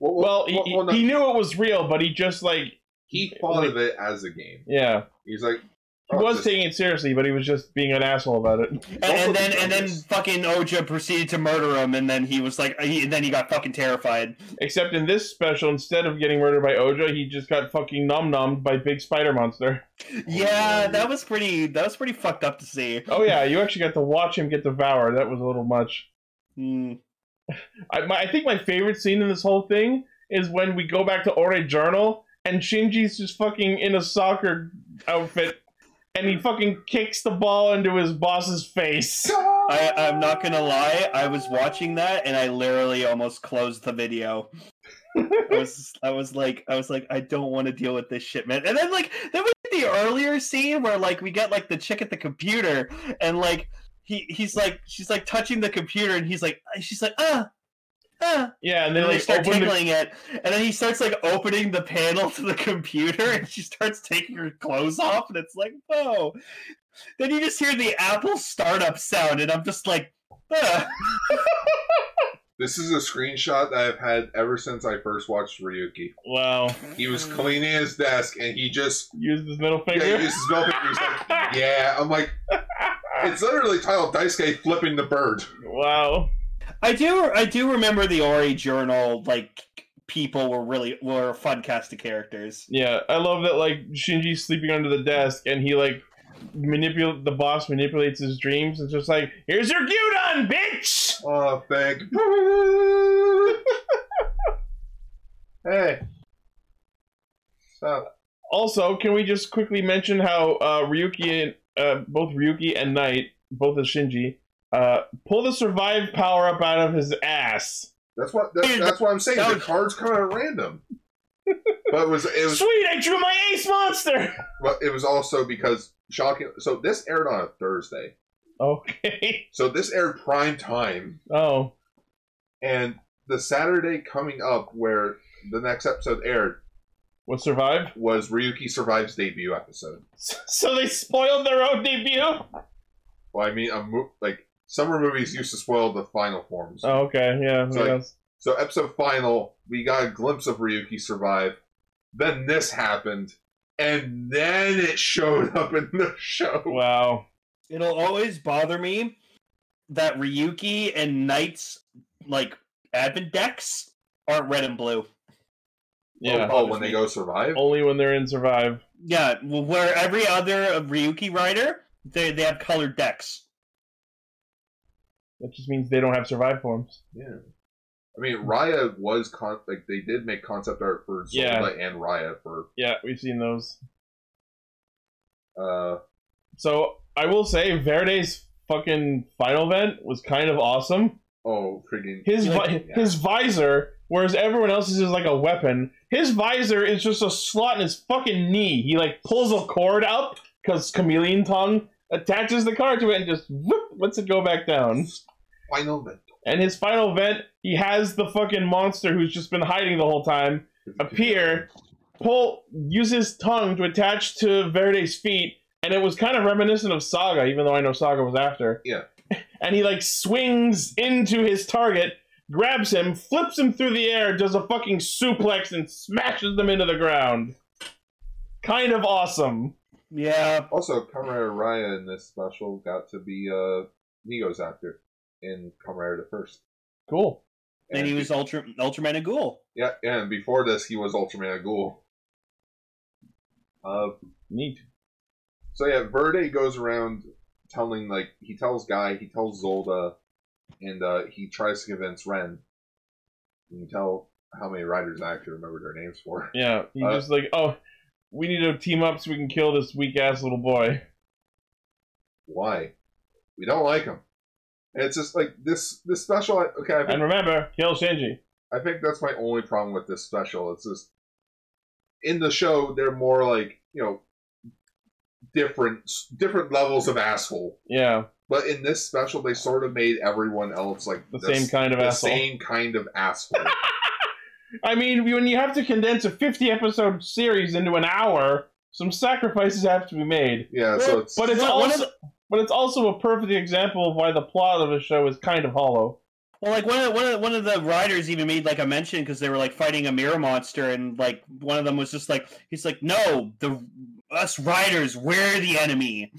[SPEAKER 3] well,
[SPEAKER 1] Well, he,
[SPEAKER 3] no,
[SPEAKER 1] he knew it was real, but he just like
[SPEAKER 3] he thought of it as a game.
[SPEAKER 1] yeah,
[SPEAKER 3] He's like,
[SPEAKER 1] he
[SPEAKER 3] oh,
[SPEAKER 1] was
[SPEAKER 3] just-
[SPEAKER 1] taking it seriously, but he was just being an asshole about it.
[SPEAKER 2] And,
[SPEAKER 3] also
[SPEAKER 2] and then
[SPEAKER 3] the
[SPEAKER 2] and then
[SPEAKER 3] youngest.
[SPEAKER 2] fucking Oja proceeded to murder him, and then he was like, he, and then he got fucking terrified.
[SPEAKER 1] Except in this special, instead of getting murdered by Oja, he just got fucking nom nommed by big spider monster.
[SPEAKER 2] Yeah, that was pretty. That was pretty fucked up to see.
[SPEAKER 1] Oh yeah, you actually got to watch him get devoured. That was a little much.
[SPEAKER 2] Hmm.
[SPEAKER 1] I, my, I think my favorite scene in this whole thing is when we go back to Ore Journal and Shinji's just fucking in a soccer outfit and he fucking kicks the ball into his boss's face.
[SPEAKER 2] I I'm not gonna lie. I was watching that, and I literally almost closed the video. I was I was like I was like I don't want to deal with this shit, man. And then like then we get the earlier scene where like we get like the chick at the computer, and like he he's like she's like touching the computer and he's like she's like ah ah
[SPEAKER 1] Yeah, and then
[SPEAKER 2] and they
[SPEAKER 1] like
[SPEAKER 2] start
[SPEAKER 1] open the,
[SPEAKER 2] tickling it, and then he starts like opening the panel to the computer, and she starts taking her clothes off, and it's like, whoa. Then you just hear the Apple startup sound, and I'm just like, "Ugh."
[SPEAKER 3] This is a screenshot that I've had ever since I first watched Ryuki.
[SPEAKER 1] wow.
[SPEAKER 3] He
[SPEAKER 2] Hmm.
[SPEAKER 3] was cleaning his desk and he just
[SPEAKER 1] Used his middle
[SPEAKER 3] yeah,
[SPEAKER 1] finger.
[SPEAKER 3] he used his belt finger. He's like, yeah. I'm like, it's literally titled Dice Guy flipping the bird.
[SPEAKER 1] wow.
[SPEAKER 2] I do, I do remember the Ori Journal. Like people were really were a fun cast of characters.
[SPEAKER 1] Yeah, I love that. Like Shinji's sleeping under the desk, and he like manipulate the boss manipulates his dreams. It's just like, here's your Gyudon, bitch.
[SPEAKER 3] Oh, thank. hey, stop.
[SPEAKER 1] Also, can we just quickly mention how uh, Ryuki and uh, both Ryuki and Knight, both as Shinji, uh, pull the survive power up out of his ass.
[SPEAKER 3] That's what that, that's what I'm saying. The cards come out at random. But it was it was
[SPEAKER 1] Sweet, I drew my ace monster.
[SPEAKER 3] but it was also because shocking. So this aired on a Thursday.
[SPEAKER 1] Okay.
[SPEAKER 3] So this aired prime time,
[SPEAKER 1] Oh,
[SPEAKER 3] and the Saturday coming up where the next episode aired
[SPEAKER 1] what survive?
[SPEAKER 3] was Ryuki Survives debut episode.
[SPEAKER 1] So they spoiled their own debut. Oh,
[SPEAKER 3] Well, I mean, a mo- like summer movies used to spoil the final forms.
[SPEAKER 1] Oh, okay, yeah.
[SPEAKER 3] So, like,
[SPEAKER 1] yes.
[SPEAKER 3] So episode final, we got a glimpse of Ryuki survive. Then this happened, and then it showed up in the show.
[SPEAKER 1] Wow.
[SPEAKER 2] It'll always bother me that Ryuki and Knight's like advent decks aren't red and blue.
[SPEAKER 1] Yeah.
[SPEAKER 3] Oh, when they go survive.
[SPEAKER 1] Only when they're in survive.
[SPEAKER 2] Yeah, well, where every other uh, Ryuki rider, they they have colored decks.
[SPEAKER 1] That just means they don't have survive forms.
[SPEAKER 3] Yeah. I mean, Raya was con- like they did make concept art for Zelda
[SPEAKER 1] Yeah.
[SPEAKER 3] and Raya for
[SPEAKER 1] Yeah, we've seen those.
[SPEAKER 3] uh
[SPEAKER 1] So I will say Verde's fucking final vent was kind of awesome.
[SPEAKER 3] oh freaking
[SPEAKER 1] His
[SPEAKER 2] You like
[SPEAKER 1] vi-
[SPEAKER 3] it?
[SPEAKER 1] his visor, whereas everyone else's is like a weapon. His visor is just a slot in his fucking knee. He like pulls a cord up because chameleon tongue attaches the car to it and just whoop, lets it go back down.
[SPEAKER 3] final vent.
[SPEAKER 1] And his final vent, he has the fucking monster who's just been hiding the whole time appear, pull, use his tongue to attach to Verde's feet, and it was kind of reminiscent of Saga, even though I know Saga was after.
[SPEAKER 3] Yeah.
[SPEAKER 1] And he like swings into his target, grabs him, flips him through the air, does a fucking suplex, and smashes them into the ground. Kind of awesome.
[SPEAKER 2] Yeah,
[SPEAKER 3] Also, Comrade Raya in this special got to be uh Neo's actor in Comrade the First.
[SPEAKER 1] Cool.
[SPEAKER 2] and he was Ultra Ultraman and Ghoul.
[SPEAKER 3] yeah, and before this he was Ultraman Ghoul. Uh
[SPEAKER 1] Neat.
[SPEAKER 3] So yeah, Verde goes around telling like he tells Guy, he tells Zolda, and uh, he tries to convince Ren. You can tell how many riders I actually remember their names for.
[SPEAKER 1] Yeah. He's
[SPEAKER 3] Uh,
[SPEAKER 1] just like, oh, we need to team up so we can kill this weak ass little boy.
[SPEAKER 3] Why? We don't like him. And it's just like this this special. I- Okay, I
[SPEAKER 1] And
[SPEAKER 3] think,
[SPEAKER 1] remember, kill Shinji.
[SPEAKER 3] I think that's my only problem with this special. It's just in the show they're more like you know different different levels of asshole.
[SPEAKER 1] Yeah.
[SPEAKER 3] But in this special, they sort of made everyone else like
[SPEAKER 1] The
[SPEAKER 3] this-
[SPEAKER 1] same kind of
[SPEAKER 3] the
[SPEAKER 1] asshole.
[SPEAKER 3] same kind of asshole.
[SPEAKER 1] I mean, when you have to condense a 50 episode series into an hour, some sacrifices have to be made.
[SPEAKER 3] yeah, so it's
[SPEAKER 1] But it's
[SPEAKER 2] One- one of
[SPEAKER 1] also but it's also a perfect example of why the plot of a show is kind of hollow.
[SPEAKER 2] Well, like one of the, one of the, one of the riders even made like a mention because they were like fighting a mirror monster, and like one of them was just like he's like, no, the us riders, we're the enemy.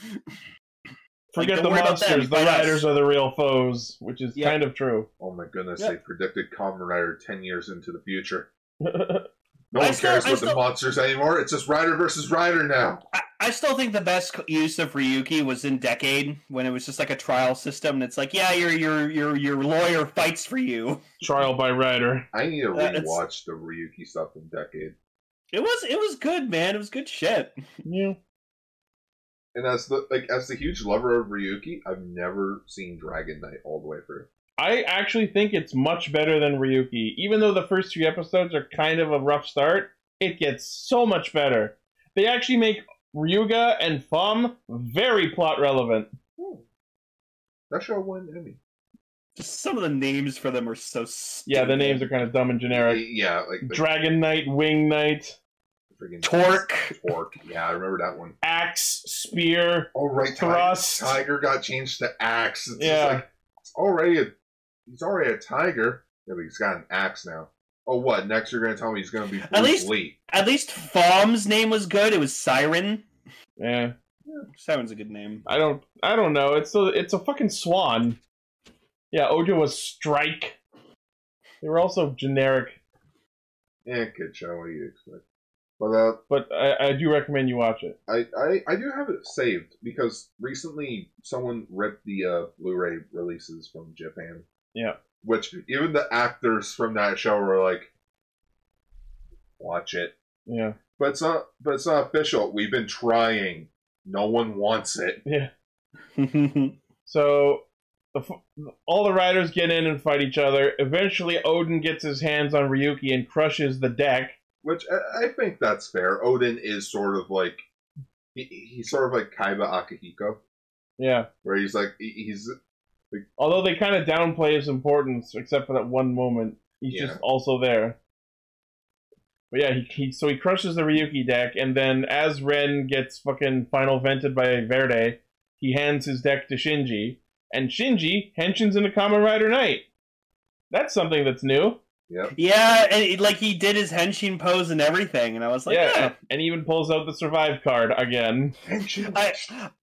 [SPEAKER 2] Like,
[SPEAKER 1] Forget
[SPEAKER 2] don't
[SPEAKER 1] the
[SPEAKER 2] worry about them,
[SPEAKER 1] monsters, the
[SPEAKER 2] fight us.
[SPEAKER 1] riders are the real foes, which is
[SPEAKER 2] Yeah.
[SPEAKER 1] kind of true.
[SPEAKER 3] oh my goodness,
[SPEAKER 2] Yeah.
[SPEAKER 3] they predicted Kamen Rider ten years into the future.
[SPEAKER 1] yeah,
[SPEAKER 3] No
[SPEAKER 2] I
[SPEAKER 3] one
[SPEAKER 2] still-
[SPEAKER 3] cares
[SPEAKER 2] I
[SPEAKER 3] about the
[SPEAKER 2] still-
[SPEAKER 3] monsters anymore. It's just Rider versus Rider now.
[SPEAKER 2] I, I still think the best c- use of Ryuki was in Decade when it was just like a trial system, and it's like, yeah, your your your your lawyer fights for you.
[SPEAKER 1] trial by rider.
[SPEAKER 3] I need to
[SPEAKER 2] Uh, it's-
[SPEAKER 3] rewatch the Ryuki stuff in decade.
[SPEAKER 2] It was it was good, man. It was good shit.
[SPEAKER 1] Yeah.
[SPEAKER 3] And as the like as the huge lover of Ryuki, I've never seen Dragon Knight all the way through.
[SPEAKER 1] I actually think it's much better than Ryuki. Even though the first few episodes are kind of a rough start, it gets so much better. They actually make Ryuga and Fum very plot relevant.
[SPEAKER 3] That show won an Emmy.
[SPEAKER 2] Just some of the names for them are so stupid.
[SPEAKER 1] Yeah, the names are kind of dumb and generic.
[SPEAKER 3] Yeah, like the
[SPEAKER 1] Dragon Knight, Wing Knight,
[SPEAKER 3] freaking
[SPEAKER 2] Torque.
[SPEAKER 3] Torque. Yeah, I remember that one.
[SPEAKER 1] Axe, Spear,
[SPEAKER 3] Oh right, Tiger.
[SPEAKER 1] Thrust.
[SPEAKER 3] Tiger got changed to axe. It's
[SPEAKER 1] Yeah.
[SPEAKER 3] just like it's already a he's already a tiger. Yeah, but he's got an axe now. Oh what? Next you're gonna tell me he's gonna be Bruce
[SPEAKER 2] least-
[SPEAKER 3] Lee.
[SPEAKER 2] At least Fom's name was good. It was Siren.
[SPEAKER 1] Yeah,
[SPEAKER 2] Siren's a good name.
[SPEAKER 1] I don't, I don't know. It's a, it's a fucking swan. Yeah, Ojo was Strike. They were also generic,
[SPEAKER 3] Eh, good show. What do you expect? But uh,
[SPEAKER 1] but I, I do recommend you watch it.
[SPEAKER 3] I, I I do have it saved because recently someone ripped the uh, Blu-ray releases from Japan.
[SPEAKER 1] Yeah.
[SPEAKER 3] Which even the actors from that show were like, watch it.
[SPEAKER 1] Yeah,
[SPEAKER 3] But it's not. But it's not official. We've been trying. No one wants it.
[SPEAKER 1] so the, f- all the riders get in and fight each other. Eventually, Odin gets his hands on Ryuki and crushes the deck.
[SPEAKER 3] Which I, I think that's fair. Odin is sort of like he, he's sort of like Kaiba Akihiko,
[SPEAKER 1] Yeah,
[SPEAKER 3] where he's like he- he's
[SPEAKER 1] Although they kind of downplay his importance, except for that one moment. He's
[SPEAKER 3] Yeah.
[SPEAKER 1] just also there. But yeah, he, he so he crushes the Ryuki deck, and then as Ren gets fucking final vented by Verde, he hands his deck to Shinji, and Shinji henshins into Kamen Rider Knight. That's something that's new.
[SPEAKER 2] yeah, and it- like he did his henshin pose and everything, and I was like,
[SPEAKER 1] yeah,
[SPEAKER 2] yeah.
[SPEAKER 1] and even pulls out the survive card again.
[SPEAKER 2] I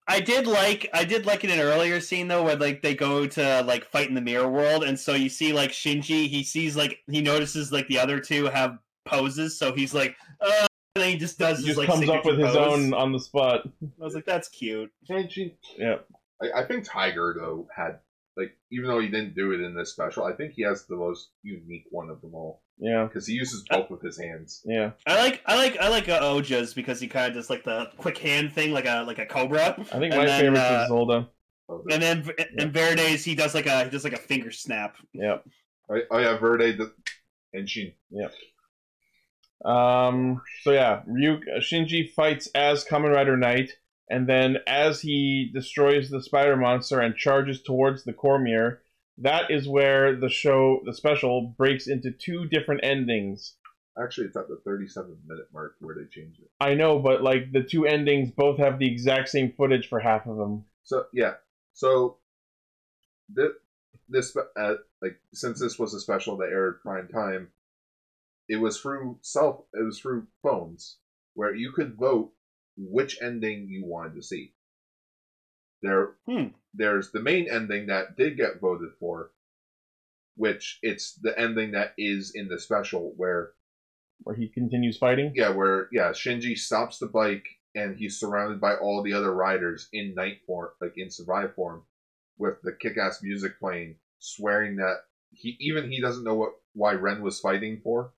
[SPEAKER 2] I did like I did like in an earlier scene though where like they go to like fight in the mirror world and so you see like Shinji he sees like he notices like the other two have poses so he's like uh and then he just does
[SPEAKER 1] He
[SPEAKER 2] his,
[SPEAKER 1] just
[SPEAKER 2] like,
[SPEAKER 1] comes up
[SPEAKER 2] signature
[SPEAKER 1] with his
[SPEAKER 2] pose.
[SPEAKER 1] own on the spot.
[SPEAKER 2] I was like that's cute
[SPEAKER 3] Tenchi.
[SPEAKER 1] Yeah.
[SPEAKER 3] I, I think Tiger though had like even though he didn't do it in this special, I think he has the most unique one of them all
[SPEAKER 1] Yeah,
[SPEAKER 3] because he uses both with his hands.
[SPEAKER 1] yeah.
[SPEAKER 2] I like I like I like uh, Oja's because he kind of does like the quick hand thing like a like a cobra
[SPEAKER 1] I think
[SPEAKER 2] And
[SPEAKER 1] my
[SPEAKER 2] then,
[SPEAKER 1] favorite
[SPEAKER 2] uh,
[SPEAKER 1] is Zolda.
[SPEAKER 3] Of
[SPEAKER 2] and
[SPEAKER 3] it.
[SPEAKER 2] then and Verde's he does like a he does like a finger snap
[SPEAKER 1] Yeah.
[SPEAKER 3] Oh, oh yeah, Verde the, and she.
[SPEAKER 1] Um. So yeah, Ryu Shinji fights as Kamen Rider Knight, and then as he destroys the spider monster and charges towards the Cormier, that is where the show, the special, breaks into two different endings.
[SPEAKER 3] Actually, it's at the 37 minute mark where they change it.
[SPEAKER 1] I know, but like the two endings both have the exact same footage for half of them.
[SPEAKER 3] So yeah, so this this uh, like since this was a special that aired prime time, it was through self it was through phones where you could vote which ending you wanted to see. There
[SPEAKER 2] Hmm.
[SPEAKER 3] there's the main ending that did get voted for, which it's the ending that is in the special where
[SPEAKER 1] Where he continues fighting.
[SPEAKER 3] yeah, where yeah, Shinji stops the bike and he's surrounded by all the other riders in night form, like in survive form, with the kick-ass music playing, swearing that he even he doesn't know what why Ren was fighting for,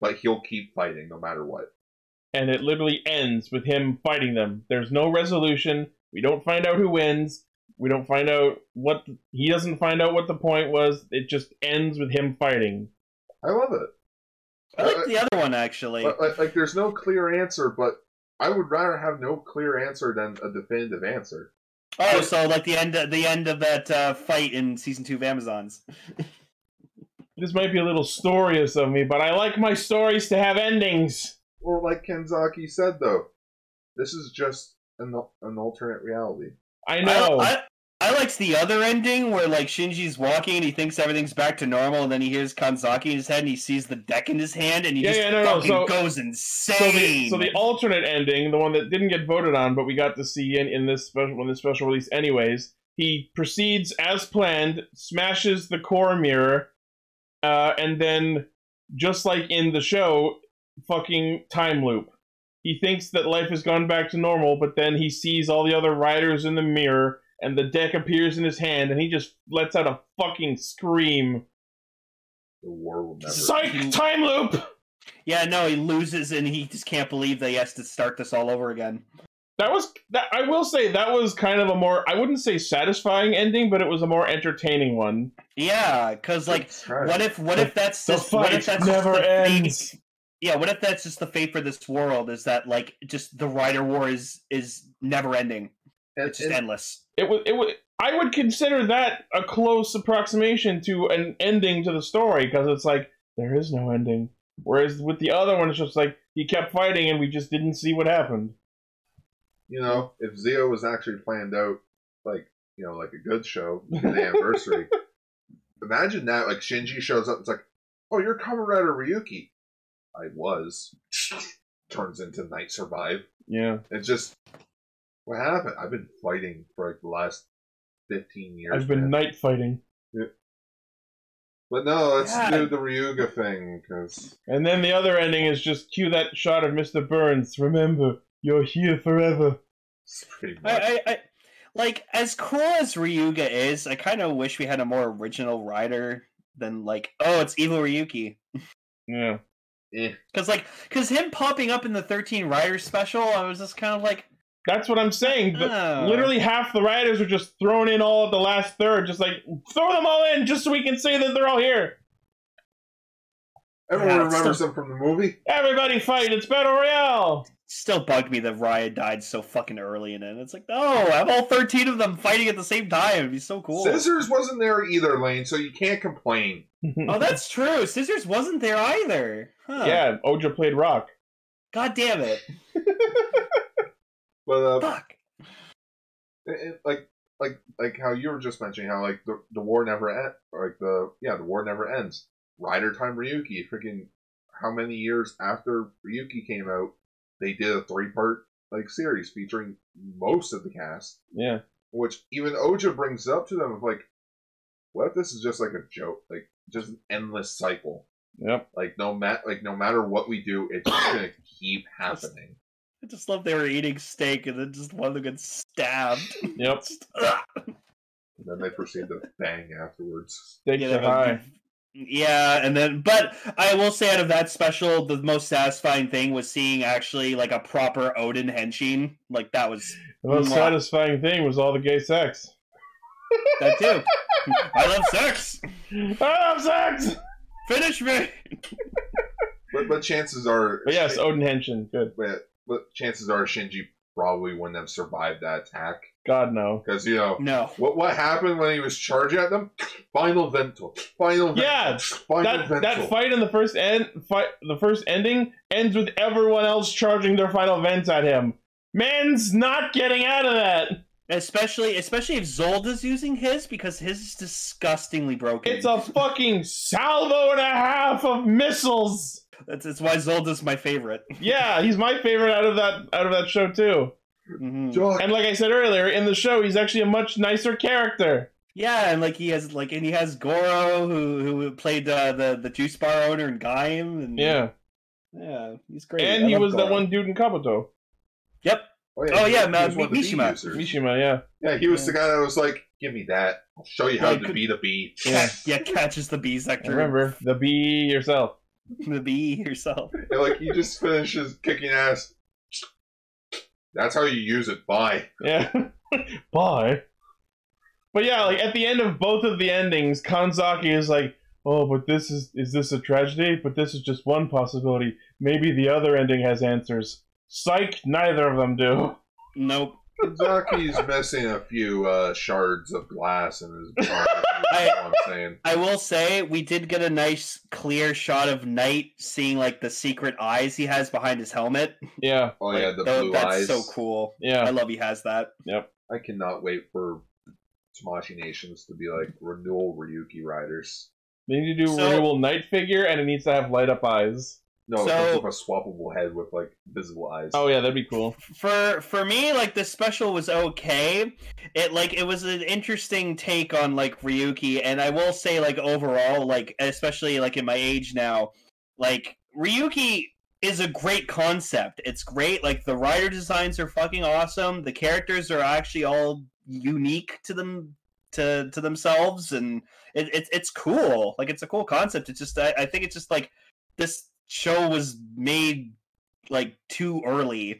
[SPEAKER 3] but he'll keep fighting no matter what.
[SPEAKER 1] and it literally ends with him fighting them. There's no resolution. We don't find out who wins. We don't find out what he doesn't find out what the point was. It just ends with him fighting.
[SPEAKER 3] I love it. Uh,
[SPEAKER 2] I like the other one actually
[SPEAKER 3] But, like, like there's no clear answer, but I would rather have no clear answer than a definitive answer.
[SPEAKER 2] oh so like the end the end of that uh, fight in season two of Amazon's
[SPEAKER 1] This might be a little storyous of me, but I like my stories to have endings.
[SPEAKER 3] Well, like Kenzaki said though, this is just an an alternate reality.
[SPEAKER 1] I know.
[SPEAKER 2] I, I, I liked the other ending where like Shinji's walking and he thinks everything's back to normal, and then he hears Kanzaki in his head and he sees the deck in his hand and he
[SPEAKER 1] Yeah,
[SPEAKER 2] just
[SPEAKER 1] yeah, no, no,
[SPEAKER 2] fucking
[SPEAKER 1] so-
[SPEAKER 2] goes
[SPEAKER 1] so the,
[SPEAKER 2] insane.
[SPEAKER 1] so the alternate ending, the one that didn't get voted on, but we got to see in, in this special when this special release anyways, he proceeds as planned, smashes the core mirror, uh, and then just like in the show, fucking time loop. He thinks that life has gone back to normal, but then he sees all the other riders in the mirror and the deck appears in his hand and he just lets out a fucking scream.
[SPEAKER 3] The war will never.
[SPEAKER 1] Psych time loop!
[SPEAKER 2] yeah, no, he loses and he just can't believe that he has to start this all over again.
[SPEAKER 1] that was that i will say that was kind of a more i wouldn't say satisfying ending but it was a more entertaining one
[SPEAKER 2] Yeah, because like,
[SPEAKER 3] That's right.
[SPEAKER 2] what if what
[SPEAKER 1] The-
[SPEAKER 2] if that's
[SPEAKER 1] the
[SPEAKER 2] just, what
[SPEAKER 1] fight
[SPEAKER 2] if that's just
[SPEAKER 1] never
[SPEAKER 2] the fate-
[SPEAKER 1] ends
[SPEAKER 2] Yeah, what if that's just the fate for this world? Is that like just the rider war is is never ending?
[SPEAKER 3] And-
[SPEAKER 2] It's just
[SPEAKER 3] and-
[SPEAKER 2] endless.
[SPEAKER 1] it was it was I would consider that a close approximation to an ending to the story because it's like there is no ending. Whereas with the other one, it's just like he kept fighting and we just didn't see what happened.
[SPEAKER 3] You know, if Zio was actually planned out, like you know, like a good show, an anniversary. Imagine that, like Shinji shows up. It's like, oh, you're Comrade Ryuki. I was. Turns into Night Survive.
[SPEAKER 1] Yeah,
[SPEAKER 3] It's just what happened. I've been fighting for like the last fifteen years.
[SPEAKER 1] I've been
[SPEAKER 3] man.
[SPEAKER 1] night fighting,
[SPEAKER 3] but no, let's
[SPEAKER 2] Yeah.
[SPEAKER 3] do the Ryuga thing because
[SPEAKER 1] and then the other ending is just cue that shot of Mister Burns. Remember, you're here forever.
[SPEAKER 3] it's pretty much.
[SPEAKER 2] I, I, I like as cool as Ryuga is, I kind of wish we had a more original writer than like, oh, it's evil Ryuki.
[SPEAKER 1] Yeah,
[SPEAKER 2] Cause like, cause him popping up in the Thirteen Riders special, I was just kind of like,
[SPEAKER 1] that's what I'm saying. The-
[SPEAKER 2] oh.
[SPEAKER 1] Literally half the writers are just thrown in all at the last third, just like throw them all in, just so we can say that they're all here.
[SPEAKER 3] Everyone
[SPEAKER 2] Yeah, it's
[SPEAKER 3] remembers them from the movie.
[SPEAKER 1] Everybody fight! It's battle royale.
[SPEAKER 2] Still bugged me that Raya died so fucking early in it. It's like, no, have all thirteen of them fighting at the same time. It'd be so cool.
[SPEAKER 3] Scissors wasn't there either, Lane, so you can't complain.
[SPEAKER 2] Oh, that's true. Scissors wasn't there either. Huh.
[SPEAKER 1] Yeah, Oja played rock.
[SPEAKER 2] God damn it.
[SPEAKER 3] But uh,
[SPEAKER 2] Fuck.
[SPEAKER 3] it- it- like like like how you were just mentioning how like the, the war never end like the yeah the war never ends rider time ryuki freaking how many years after ryuki came out they did a three part like series featuring most of the cast
[SPEAKER 1] Yeah,
[SPEAKER 3] which even oja brings up to them of like what if this is just like a joke like just an endless cycle
[SPEAKER 1] yep.
[SPEAKER 3] like no mat like no matter what we do it's just gonna keep happening
[SPEAKER 2] I just love they were eating steak and then just one of them gets stabbed.
[SPEAKER 1] Yep.
[SPEAKER 2] Just, ugh.
[SPEAKER 3] and then they proceed to bang afterwards
[SPEAKER 1] Stakes
[SPEAKER 2] Yeah,
[SPEAKER 1] are
[SPEAKER 2] that would
[SPEAKER 1] high.
[SPEAKER 2] be- yeah, and then but I will say out of that special, the most satisfying thing was seeing actually like a proper Odin henshin. Like that was
[SPEAKER 1] The most
[SPEAKER 2] Mwah.
[SPEAKER 1] satisfying thing was all the gay sex.
[SPEAKER 2] that too. I love sex.
[SPEAKER 1] I love Oh, sex!
[SPEAKER 2] Finish me.
[SPEAKER 3] but, but chances are
[SPEAKER 1] But yes, Odin Henshin. Good.
[SPEAKER 3] but, but chances are Shinji probably wouldn't have survived that attack
[SPEAKER 1] God, no.
[SPEAKER 3] because you know
[SPEAKER 2] No.
[SPEAKER 3] what what happened when he was charging at them. Final vental, final vental,
[SPEAKER 1] Yeah,
[SPEAKER 3] final
[SPEAKER 1] That,
[SPEAKER 3] vental.
[SPEAKER 1] that fight in the first end, fight, the first ending ends with everyone else charging their final vents at him. Man's not getting out of that.
[SPEAKER 2] Especially especially if Zolda's using his because his is disgustingly broken.
[SPEAKER 1] It's a fucking salvo and a half of missiles.
[SPEAKER 2] that's, that's why Zolda's my favorite.
[SPEAKER 1] Yeah, he's my favorite out of that out of that show too.
[SPEAKER 2] Mhm.
[SPEAKER 3] Jock,
[SPEAKER 1] And like I said earlier, in the show, he's actually a much nicer character.
[SPEAKER 2] Yeah, and like he has like and he has Goro who who played uh, the the juice bar owner and Gaim and
[SPEAKER 1] Yeah,
[SPEAKER 2] yeah he's great I
[SPEAKER 1] and he
[SPEAKER 2] love
[SPEAKER 1] was that
[SPEAKER 2] Goro.
[SPEAKER 1] one dude in Kabuto,
[SPEAKER 2] yep Oh, yeah, Ma- Mi-
[SPEAKER 3] bee
[SPEAKER 2] Mishima.
[SPEAKER 3] users.
[SPEAKER 1] Mishima. Yeah,
[SPEAKER 3] Yeah, he was the guy that was like, "Give me that. I'll show you how
[SPEAKER 2] Yeah,
[SPEAKER 3] to
[SPEAKER 2] good-
[SPEAKER 3] beat a bee."
[SPEAKER 2] yeah. yeah catches the bee
[SPEAKER 1] I
[SPEAKER 2] sector
[SPEAKER 1] remember the bee yourself.
[SPEAKER 2] the bee yourself
[SPEAKER 3] And, like he just finishes kicking ass. That's how you use it. Bye.
[SPEAKER 1] Yeah. Bye. But yeah, like at the end of both of the endings, Kanzaki is like, "Oh, but this is is this a tragedy? But this is just one possibility. Maybe the other ending has answers." Psych, neither of them do.
[SPEAKER 2] nope
[SPEAKER 3] Zaki's missing a few uh, shards of glass in his body.
[SPEAKER 2] I-
[SPEAKER 3] That's what I'm saying.
[SPEAKER 2] I will say we did get a nice clear shot of Knight seeing like the secret eyes he has behind his helmet
[SPEAKER 1] Yeah,
[SPEAKER 3] Oh
[SPEAKER 2] Like,
[SPEAKER 3] yeah, the
[SPEAKER 2] tho-
[SPEAKER 3] blue
[SPEAKER 2] that's
[SPEAKER 3] eyes.
[SPEAKER 2] so cool I
[SPEAKER 1] yeah.
[SPEAKER 2] love he has that
[SPEAKER 3] I cannot wait for Tamashi Nations to be like renewal Ryuki Riders.
[SPEAKER 1] They need to do
[SPEAKER 2] So-
[SPEAKER 1] a renewal night figure, and it needs to have light up eyes.
[SPEAKER 2] So-
[SPEAKER 3] No, so, with a swappable head with like visible eyes.
[SPEAKER 1] Oh yeah, that'd be cool.
[SPEAKER 2] for for me like this special was okay it like it was an interesting take on like ryuki and i will say like overall like especially like in my age now like ryuki is a great concept it's great like the rider designs are fucking awesome the characters are actually all unique to them to to themselves and it, it, it's cool like it's a cool concept it's just I, I think it's just like this show was made like too early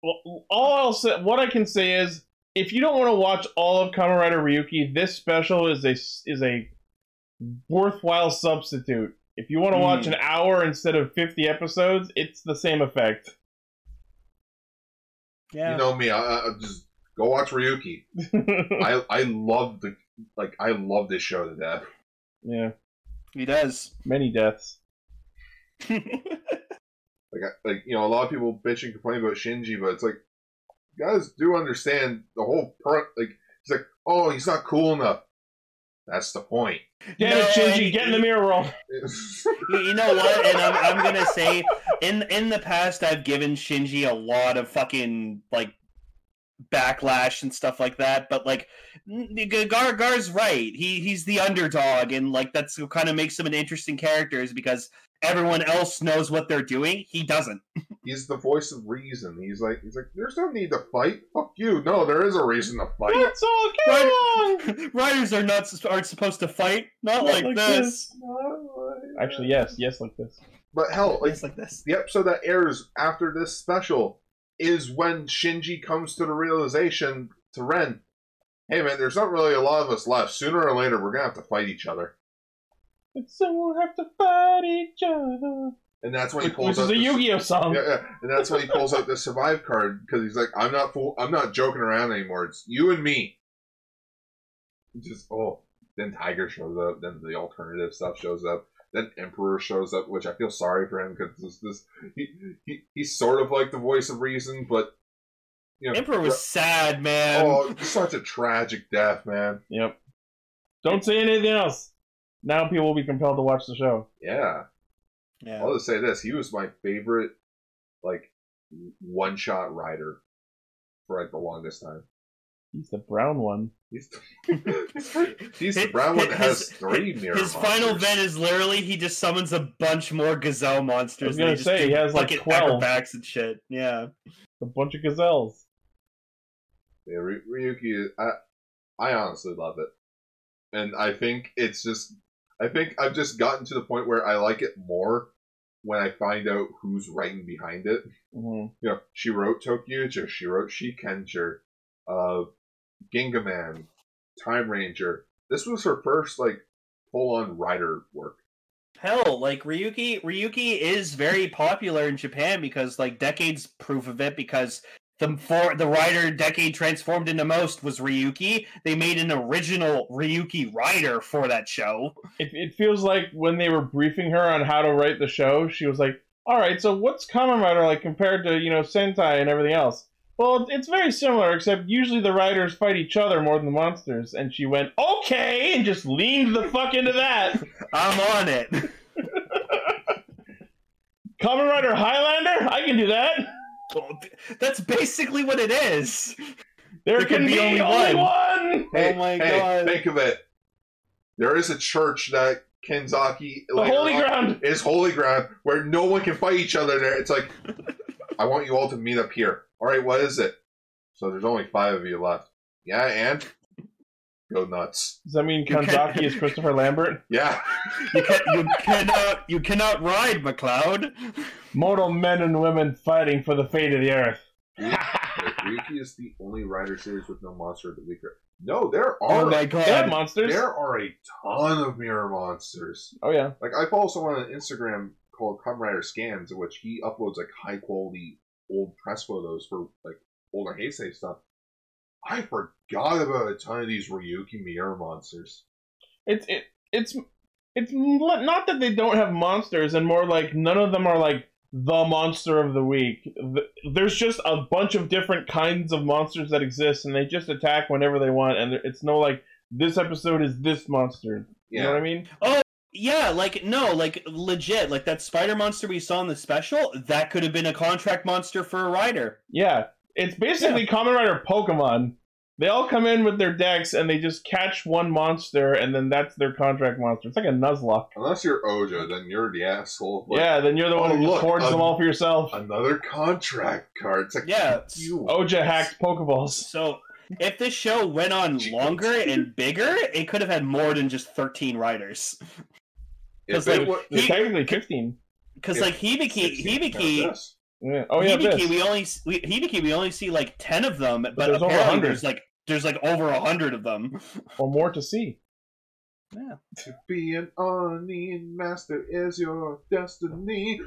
[SPEAKER 1] Well, all I'll say, what I can say is, if you don't want to watch all of Kamen Rider Ryuki, this special is a is a worthwhile substitute. If you want to watch
[SPEAKER 2] Mm.
[SPEAKER 1] an hour instead of fifty episodes, it's the same effect.
[SPEAKER 2] Yeah.
[SPEAKER 3] You know me, I, I- I'm just Go watch Ryuki. I I love the like I love this show to death.
[SPEAKER 1] yeah,
[SPEAKER 2] He does.
[SPEAKER 1] many deaths.
[SPEAKER 3] Like I, like you know, a lot of people bitch and complain about Shinji, but it's like you guys do understand the whole per like he's like, oh, he's not cool enough. That's the point.
[SPEAKER 1] Damn
[SPEAKER 2] No,
[SPEAKER 1] it, Shinji,
[SPEAKER 2] and-
[SPEAKER 1] get in the mirror roll.
[SPEAKER 2] You, you know what? And I'm, I'm gonna say, in in the past, I've given Shinji a lot of fucking like backlash and stuff like that. But like, n- G- Gar Gar's right. He he's the underdog, and like that's what kind of makes him an interesting character is because everyone else knows what they're doing. He doesn't.
[SPEAKER 3] he's the voice of reason. He's like he's like, there's no need to fight. Fuck you. No, there is a reason to fight.
[SPEAKER 1] That's all. Get along.
[SPEAKER 2] Riders are not s- aren't supposed to fight. Not like, this.
[SPEAKER 1] Actually, yes, yes, like this.
[SPEAKER 3] But hell, like
[SPEAKER 2] It's like this.
[SPEAKER 3] the episode that airs after this special is when Shinji comes to the realization to Ren, hey man, there's not really a lot of us left. Sooner or later, we're gonna have to fight each other.
[SPEAKER 1] But someone have to fight each other.
[SPEAKER 3] And that's when he pulls
[SPEAKER 1] Which is
[SPEAKER 3] out
[SPEAKER 1] a
[SPEAKER 3] the-
[SPEAKER 1] Yu-Gi-Oh song.
[SPEAKER 3] Yeah, yeah. And that's when he pulls out the survive card because he's like, I'm not fool, I'm not joking around anymore. It's you and me. Just oh, then Tiger shows up. Then the alternative stuff shows up. Then Emperor shows up, which I feel sorry for him because this, this he, he he's sort of like the voice of reason, but you know,
[SPEAKER 2] Emperor was sad, man.
[SPEAKER 3] oh, such a tragic death, man.
[SPEAKER 1] Yep. Don't say anything else. Now people will be compelled to watch the show.
[SPEAKER 3] Yeah.
[SPEAKER 2] yeah.
[SPEAKER 3] I'll just say this: he was my favorite, like one shot rider for like the longest time.
[SPEAKER 1] He's the brown one.
[SPEAKER 3] He's the, he's the brown one that has three mirror
[SPEAKER 2] His final
[SPEAKER 3] monsters.
[SPEAKER 2] event is literally he just summons a bunch more gazelle
[SPEAKER 1] I
[SPEAKER 2] monsters.
[SPEAKER 1] was
[SPEAKER 2] and
[SPEAKER 1] gonna
[SPEAKER 2] just
[SPEAKER 1] say,
[SPEAKER 2] do
[SPEAKER 1] he has, like,
[SPEAKER 2] fucking
[SPEAKER 1] 12.
[SPEAKER 2] acrobatics and shit. Yeah,
[SPEAKER 1] A bunch of gazelles.
[SPEAKER 3] Yeah, Ry- Ryuki, I, I honestly love it, and I think it's just, I think I've just gotten to the point where I like it more when I find out who's writing behind it.
[SPEAKER 1] Mhm.
[SPEAKER 3] You know, she wrote Tokyuger, she wrote Shikenja, uh, Gingaman, Time Ranger. This was her first like full on writer work.
[SPEAKER 2] hell, like Ryuki, Ryuki is very popular in Japan because like decades proof of it because. The for the writer decade transformed into most was Ryuki. They made an original Ryuki writer for that show.
[SPEAKER 1] It, it feels like when they were briefing her on how to write the show, she was like, "All right, so what's Kamen Rider like compared to you know Sentai and everything else?" Well, it- it's very similar, except usually the writers fight each other more than the monsters. And she went, "Okay," and just leaned the fuck into that.
[SPEAKER 2] I'm on it.
[SPEAKER 1] Kamen Rider Highlander, I can do that.
[SPEAKER 2] That's basically what it is.
[SPEAKER 1] There, can, be, only, one.
[SPEAKER 3] Hey,
[SPEAKER 2] Oh my
[SPEAKER 3] hey,
[SPEAKER 2] God.
[SPEAKER 3] Think of it. There is a church that Kenzaki uh,
[SPEAKER 1] The
[SPEAKER 3] later
[SPEAKER 1] holy
[SPEAKER 3] on,
[SPEAKER 1] ground.
[SPEAKER 3] is holy ground where no one can fight each other. There, it's like I want you all to meet up here. All right, what is it? So there's only five of you left. Yeah, and go nuts.
[SPEAKER 1] Does that mean
[SPEAKER 2] You can't-
[SPEAKER 1] Kanzaki is Christopher Lambert?
[SPEAKER 3] Yeah,
[SPEAKER 2] You, can, you cannot you cannot ride McLeod.
[SPEAKER 1] Mortal men and women fighting for the fate of the earth.
[SPEAKER 3] Ryuki is the only rider series with no monster of the weaker. No, there are
[SPEAKER 2] Oh my
[SPEAKER 1] They have
[SPEAKER 2] god.
[SPEAKER 1] monsters.
[SPEAKER 3] there are a ton of mirror monsters.
[SPEAKER 1] Oh yeah.
[SPEAKER 3] Like I follow someone on Instagram called Kamen Rider Scans, in which he uploads like high quality old press photos for like older Heisei stuff. I forgot about a ton of these Ryuki Miura monsters.
[SPEAKER 1] It's it, it's it's m- not that they don't have monsters, and more like none of them are like the monster of the week. Th- There's just a bunch of different kinds of monsters that exist, and they just attack whenever they want. And there- it's no like this episode is this monster. You
[SPEAKER 3] Yeah,
[SPEAKER 1] know what I mean?
[SPEAKER 2] Yeah, like no, like legit, like that spider monster we saw in the special, that could have been a contract monster for a rider.
[SPEAKER 1] Yeah. It's basically Common Rider Pokemon. They all come in with their decks and they just catch one monster and then that's their contract monster. It's like a Nuzlocke.
[SPEAKER 3] unless you're Oja, then you're the asshole. Like,
[SPEAKER 1] yeah, then you're the one
[SPEAKER 3] Oh,
[SPEAKER 1] who just
[SPEAKER 3] look,
[SPEAKER 1] hoards them
[SPEAKER 3] um,
[SPEAKER 1] all for yourself.
[SPEAKER 3] another contract card. It's like
[SPEAKER 2] Yeah.
[SPEAKER 3] you.
[SPEAKER 1] Oja hacked Pokeballs.
[SPEAKER 2] So if this show went on longer and bigger, it could have had more than just thirteen riders.
[SPEAKER 3] If
[SPEAKER 2] Because,
[SPEAKER 3] it
[SPEAKER 2] like,
[SPEAKER 3] wa-
[SPEAKER 1] It's
[SPEAKER 2] he-
[SPEAKER 1] technically 15.
[SPEAKER 2] Because
[SPEAKER 3] Yeah. oh,
[SPEAKER 2] like Hibiki,
[SPEAKER 3] 16
[SPEAKER 2] Hibiki,
[SPEAKER 3] count this.
[SPEAKER 1] Yeah. Oh, yeah,
[SPEAKER 2] Hibiki,
[SPEAKER 1] this.
[SPEAKER 2] we only s- we, Hibiki, we only see like ten of them, but,
[SPEAKER 1] there's over
[SPEAKER 2] apparently
[SPEAKER 1] 100.
[SPEAKER 2] there's like there's like over a hundred of them.
[SPEAKER 1] Or more to see.
[SPEAKER 3] To be an Onin master is your destiny.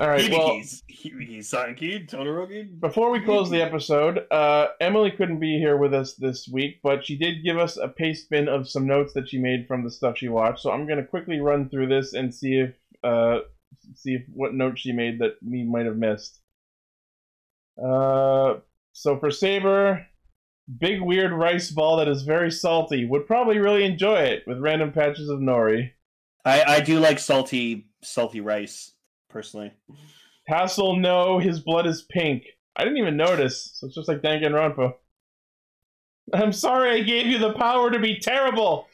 [SPEAKER 1] All right. Well,
[SPEAKER 2] Hibiki, Hibiki, Sanki, Todoroki.
[SPEAKER 1] before we close the episode, uh, Emily couldn't be here with us this week, but she did give us a paste bin of some notes that she made from the stuff she watched. So I'm going to quickly run through this and see if uh, see if what note she made that we might have missed. Uh, so for Saber, big weird rice ball that is very salty. Would probably really enjoy it with random patches of nori.
[SPEAKER 2] I, I do like salty salty rice personally.
[SPEAKER 1] Hassel, no, his blood is pink. I didn't even notice, so it's just like Danganronpa. I'm sorry I gave you the power to be terrible!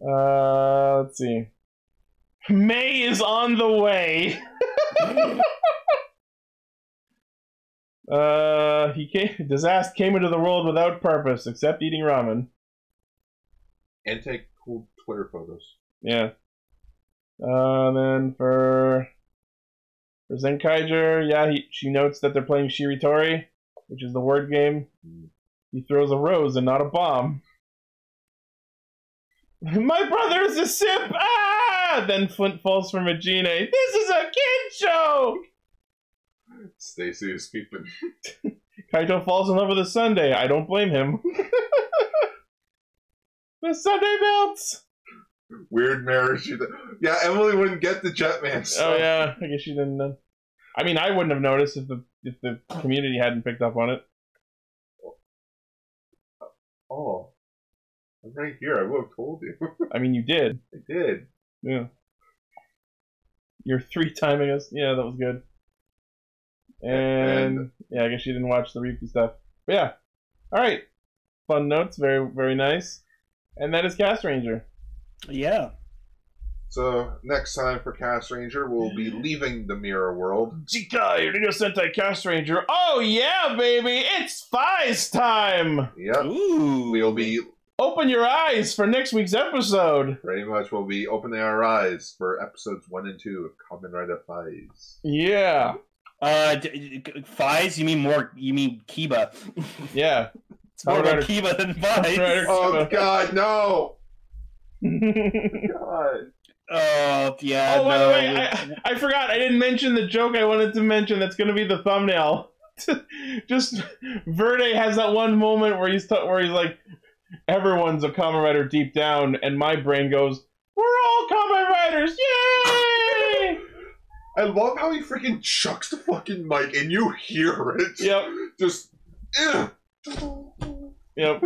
[SPEAKER 1] Uh, let's see. May is on the way! uh, he came, disaster came into the world without purpose, except eating ramen.
[SPEAKER 3] and take cool Twitter photos.
[SPEAKER 1] Yeah. Uh, then for for Zenkaiger, yeah, he, she notes that they're playing Shiritori, which is the word game. He throws a rose and not a bomb. My brother is a simp! Ah! Then Flint falls for Magine. This is a kid show!
[SPEAKER 3] Stacy is keeping.
[SPEAKER 1] Kaito falls in love with a Sunday. I don't blame him. the Sunday belts!
[SPEAKER 3] Weird marriage. She- Yeah, Emily wouldn't get the Jetman
[SPEAKER 1] Oh
[SPEAKER 3] stuff.
[SPEAKER 1] yeah, I guess you didn't. Know. I mean, I wouldn't have noticed if the if the community hadn't picked up on it.
[SPEAKER 3] Oh, I'm right here. I would have told you.
[SPEAKER 1] I mean, you did.
[SPEAKER 3] I did.
[SPEAKER 1] Yeah. You're three timing us. Yeah, that was good. And,
[SPEAKER 3] And-
[SPEAKER 1] yeah, I guess you didn't watch the repeat stuff. But yeah. All right. Fun notes. Very very nice. And that is Cast Ranger.
[SPEAKER 2] Yeah.
[SPEAKER 3] So next time for Cast Ranger, we'll be leaving the Mirror World.
[SPEAKER 1] Chica, you're gonna Sentai Cast Ranger. Oh yeah, baby! It's Fies time.
[SPEAKER 3] Yep.
[SPEAKER 2] Ooh.
[SPEAKER 3] We'll be
[SPEAKER 1] Open your eyes for next week's episode.
[SPEAKER 3] pretty much we'll be opening our eyes for episodes one and two of Kamen Rider Fies.
[SPEAKER 1] Yeah.
[SPEAKER 2] Uh, d- d- Fies? You mean more? You mean Kiba?
[SPEAKER 1] Yeah.
[SPEAKER 2] It's more about
[SPEAKER 1] Rider-
[SPEAKER 2] Kiba than Fies.
[SPEAKER 1] Rider-
[SPEAKER 3] Oh God, no!
[SPEAKER 1] oh,
[SPEAKER 3] God.
[SPEAKER 2] Oh yeah.
[SPEAKER 1] by
[SPEAKER 2] no.
[SPEAKER 1] the way, I, I forgot. I didn't mention the joke I wanted to mention. That's going to be the thumbnail. Just Verde has that one moment where he's ta where he's like, "Everyone's a Kamen Rider deep down," and my brain goes, "We're all Kamen Riders! Yay!"
[SPEAKER 3] I love how he freaking chucks the fucking mic and you hear it.
[SPEAKER 1] yep,
[SPEAKER 3] Just, ugh.
[SPEAKER 1] yep.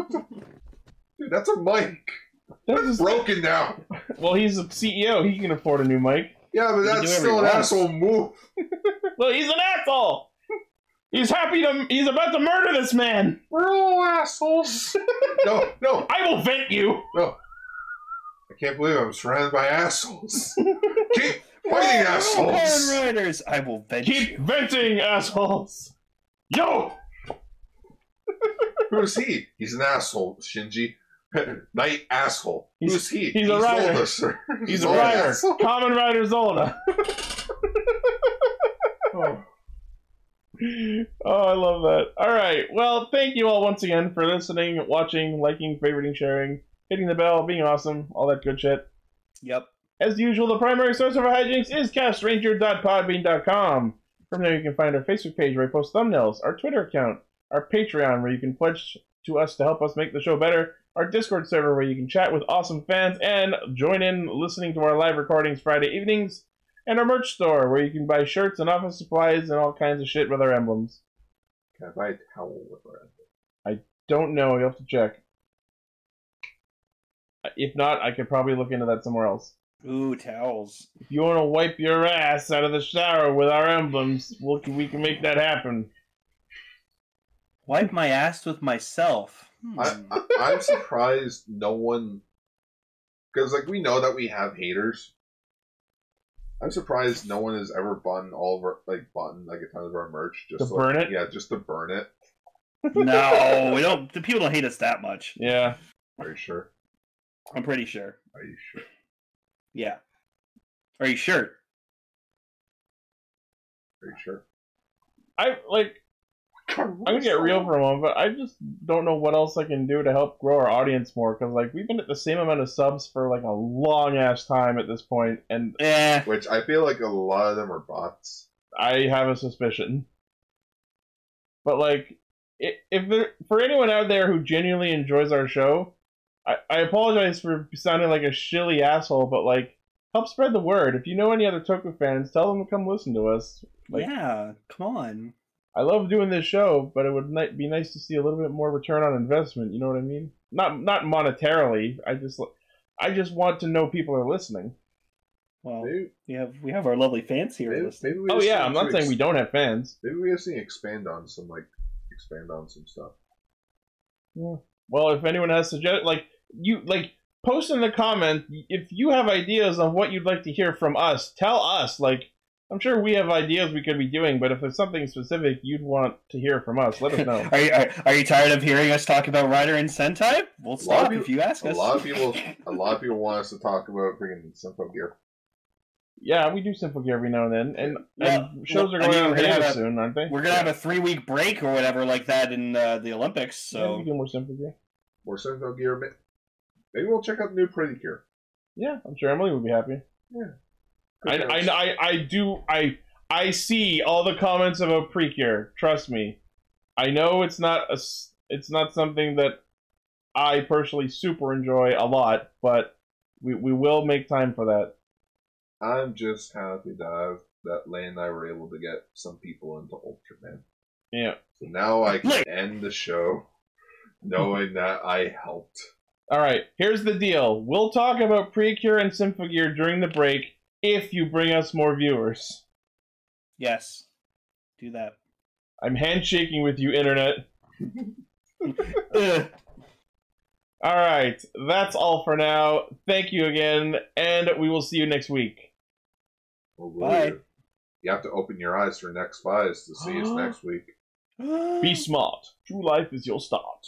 [SPEAKER 3] dude, that's a mic.
[SPEAKER 1] That's
[SPEAKER 3] It's
[SPEAKER 1] just-
[SPEAKER 3] broken now.
[SPEAKER 1] well, he's a CEO. He can afford a new mic.
[SPEAKER 3] Yeah, but
[SPEAKER 2] can do
[SPEAKER 3] that's
[SPEAKER 2] whatever he
[SPEAKER 3] still an
[SPEAKER 2] wants.
[SPEAKER 3] asshole move.
[SPEAKER 1] Well, he's an asshole. He's happy to. He's about to murder this man.
[SPEAKER 3] We're all assholes. no, no,
[SPEAKER 1] I will vent you.
[SPEAKER 3] I can't believe I'm surrounded by assholes. Keep fighting assholes.
[SPEAKER 2] Kamen Riders. I will vent you.
[SPEAKER 1] Keep venting, assholes. Yo.
[SPEAKER 3] Who's he? He's an asshole, Shinji. Knight asshole.
[SPEAKER 1] He's-
[SPEAKER 3] Who's he?
[SPEAKER 1] he's a rider.
[SPEAKER 3] older, sir.
[SPEAKER 1] He's a
[SPEAKER 3] older.
[SPEAKER 1] rider. Common Rider Zolda.
[SPEAKER 3] Oh.
[SPEAKER 1] Oh, I love that. All right. Well, thank you all once again for listening, watching, liking, favoriting, sharing, hitting the bell, being awesome, all that good shit.
[SPEAKER 2] Yep.
[SPEAKER 1] As usual, the primary source of our hijinks is castranger.podbean.com. From there, you can find our Facebook page where I post thumbnails, our Twitter account, our Patreon where you can pledge to us to help us make the show better, our Discord server where you can chat with awesome fans and join in listening to our live recordings Friday evenings, and our merch store where you can buy shirts and office supplies and all kinds of shit with our emblems.
[SPEAKER 3] Can I buy a towel with her?
[SPEAKER 1] Don't know. You'll have to check. If not, I could probably look into that somewhere else.
[SPEAKER 2] Ooh, towels.
[SPEAKER 1] If you want to wipe your ass out of the shower with our emblems, we'll, we can make that happen.
[SPEAKER 2] Wipe my ass with myself. Hmm.
[SPEAKER 3] I, I, I'm surprised no one. Because, like, we know that we have haters. I'm surprised no one has ever bought all of our, like, bought like a ton of our merch. Just
[SPEAKER 1] To
[SPEAKER 3] like-
[SPEAKER 1] burn it?
[SPEAKER 3] Yeah, just to burn it.
[SPEAKER 2] no, we don't. The people don't hate us that much.
[SPEAKER 1] Yeah.
[SPEAKER 3] Are you sure?
[SPEAKER 2] I'm pretty sure.
[SPEAKER 3] Are you sure?
[SPEAKER 2] Yeah. Are you sure?
[SPEAKER 3] Are you sure?
[SPEAKER 1] I like I'm gonna get real for a moment, but I just don't know what else I can do to help grow our audience more. Because like we've been at the same amount of subs for like a long ass time at this point, and
[SPEAKER 2] Eh,
[SPEAKER 3] Which I feel like a lot of them are bots.
[SPEAKER 1] I have a suspicion. But like, i- if there, for anyone out there who genuinely enjoys our show, I, I apologize for sounding like a shilly asshole, but like, help spread the word. If you know any other Toku fans, tell them to come listen to us. Like,
[SPEAKER 2] yeah, come on.
[SPEAKER 1] I love doing this show, but it would ni- be nice to see a little bit more return on investment. You know what I mean? Not not monetarily. I just I just want to know people are listening.
[SPEAKER 2] Well,
[SPEAKER 3] Maybe,
[SPEAKER 2] we have we have our lovely fans here.
[SPEAKER 3] maybe,
[SPEAKER 2] listening.
[SPEAKER 3] maybe we
[SPEAKER 1] Oh
[SPEAKER 3] just
[SPEAKER 1] yeah,
[SPEAKER 3] need
[SPEAKER 1] I'm not
[SPEAKER 3] to
[SPEAKER 1] saying we don't have fans.
[SPEAKER 3] Maybe we just need to expand on some like expand on some stuff.
[SPEAKER 1] Well, if anyone has suggest like you like post in the comment if you have ideas on what you'd like to hear from us, tell us. Like I'm sure we have ideas we could be doing, but if there's something specific you'd want to hear from us, let us know.
[SPEAKER 2] Are you are, are you tired of hearing us talk about Ryder and Sentai? We'll
[SPEAKER 3] lot of
[SPEAKER 2] stop if you ask
[SPEAKER 3] A
[SPEAKER 2] us.
[SPEAKER 3] lot of people, a lot of people want us to talk about freaking Simpo Gear.
[SPEAKER 1] yeah, we do Simple Gear every now and then, and,
[SPEAKER 2] Well,
[SPEAKER 1] and shows are going
[SPEAKER 2] I mean,
[SPEAKER 1] on
[SPEAKER 2] we're gonna
[SPEAKER 1] hiatus
[SPEAKER 2] have a-
[SPEAKER 1] soon, aren't they?
[SPEAKER 2] We're gonna have a three week break or whatever like that in uh, the Olympics.
[SPEAKER 1] yeah, we
[SPEAKER 2] So
[SPEAKER 1] do more Simple Gear.
[SPEAKER 3] More Simpo Gear. ma- Maybe we'll check out the new Pretty Cure.
[SPEAKER 1] Yeah, I'm sure Emily would be happy. I,
[SPEAKER 3] Who knows?
[SPEAKER 1] I, I, I do I I see all the comments of a precure. Trust me, I know it's not a s- it's not something that I personally super enjoy a lot, but we, we will make time for that.
[SPEAKER 3] I'm just happy that I've, that Lane and I were able to get some people into Ultraman.
[SPEAKER 1] Yeah.
[SPEAKER 3] So now I can
[SPEAKER 2] Look.
[SPEAKER 3] end the show knowing that I helped.
[SPEAKER 1] All right, here's the deal. We'll talk about precure and Symphogear during the break if you bring us more viewers.
[SPEAKER 2] yes, do that.
[SPEAKER 1] I'm handshaking with you, internet.
[SPEAKER 2] Ugh.
[SPEAKER 1] All right, that's all for now. Thank you again, and we will see you next week.
[SPEAKER 3] Well,
[SPEAKER 2] Bye.
[SPEAKER 3] You? you have to open your eyes for next spies to see us next week.
[SPEAKER 1] Be smart. True life is your start.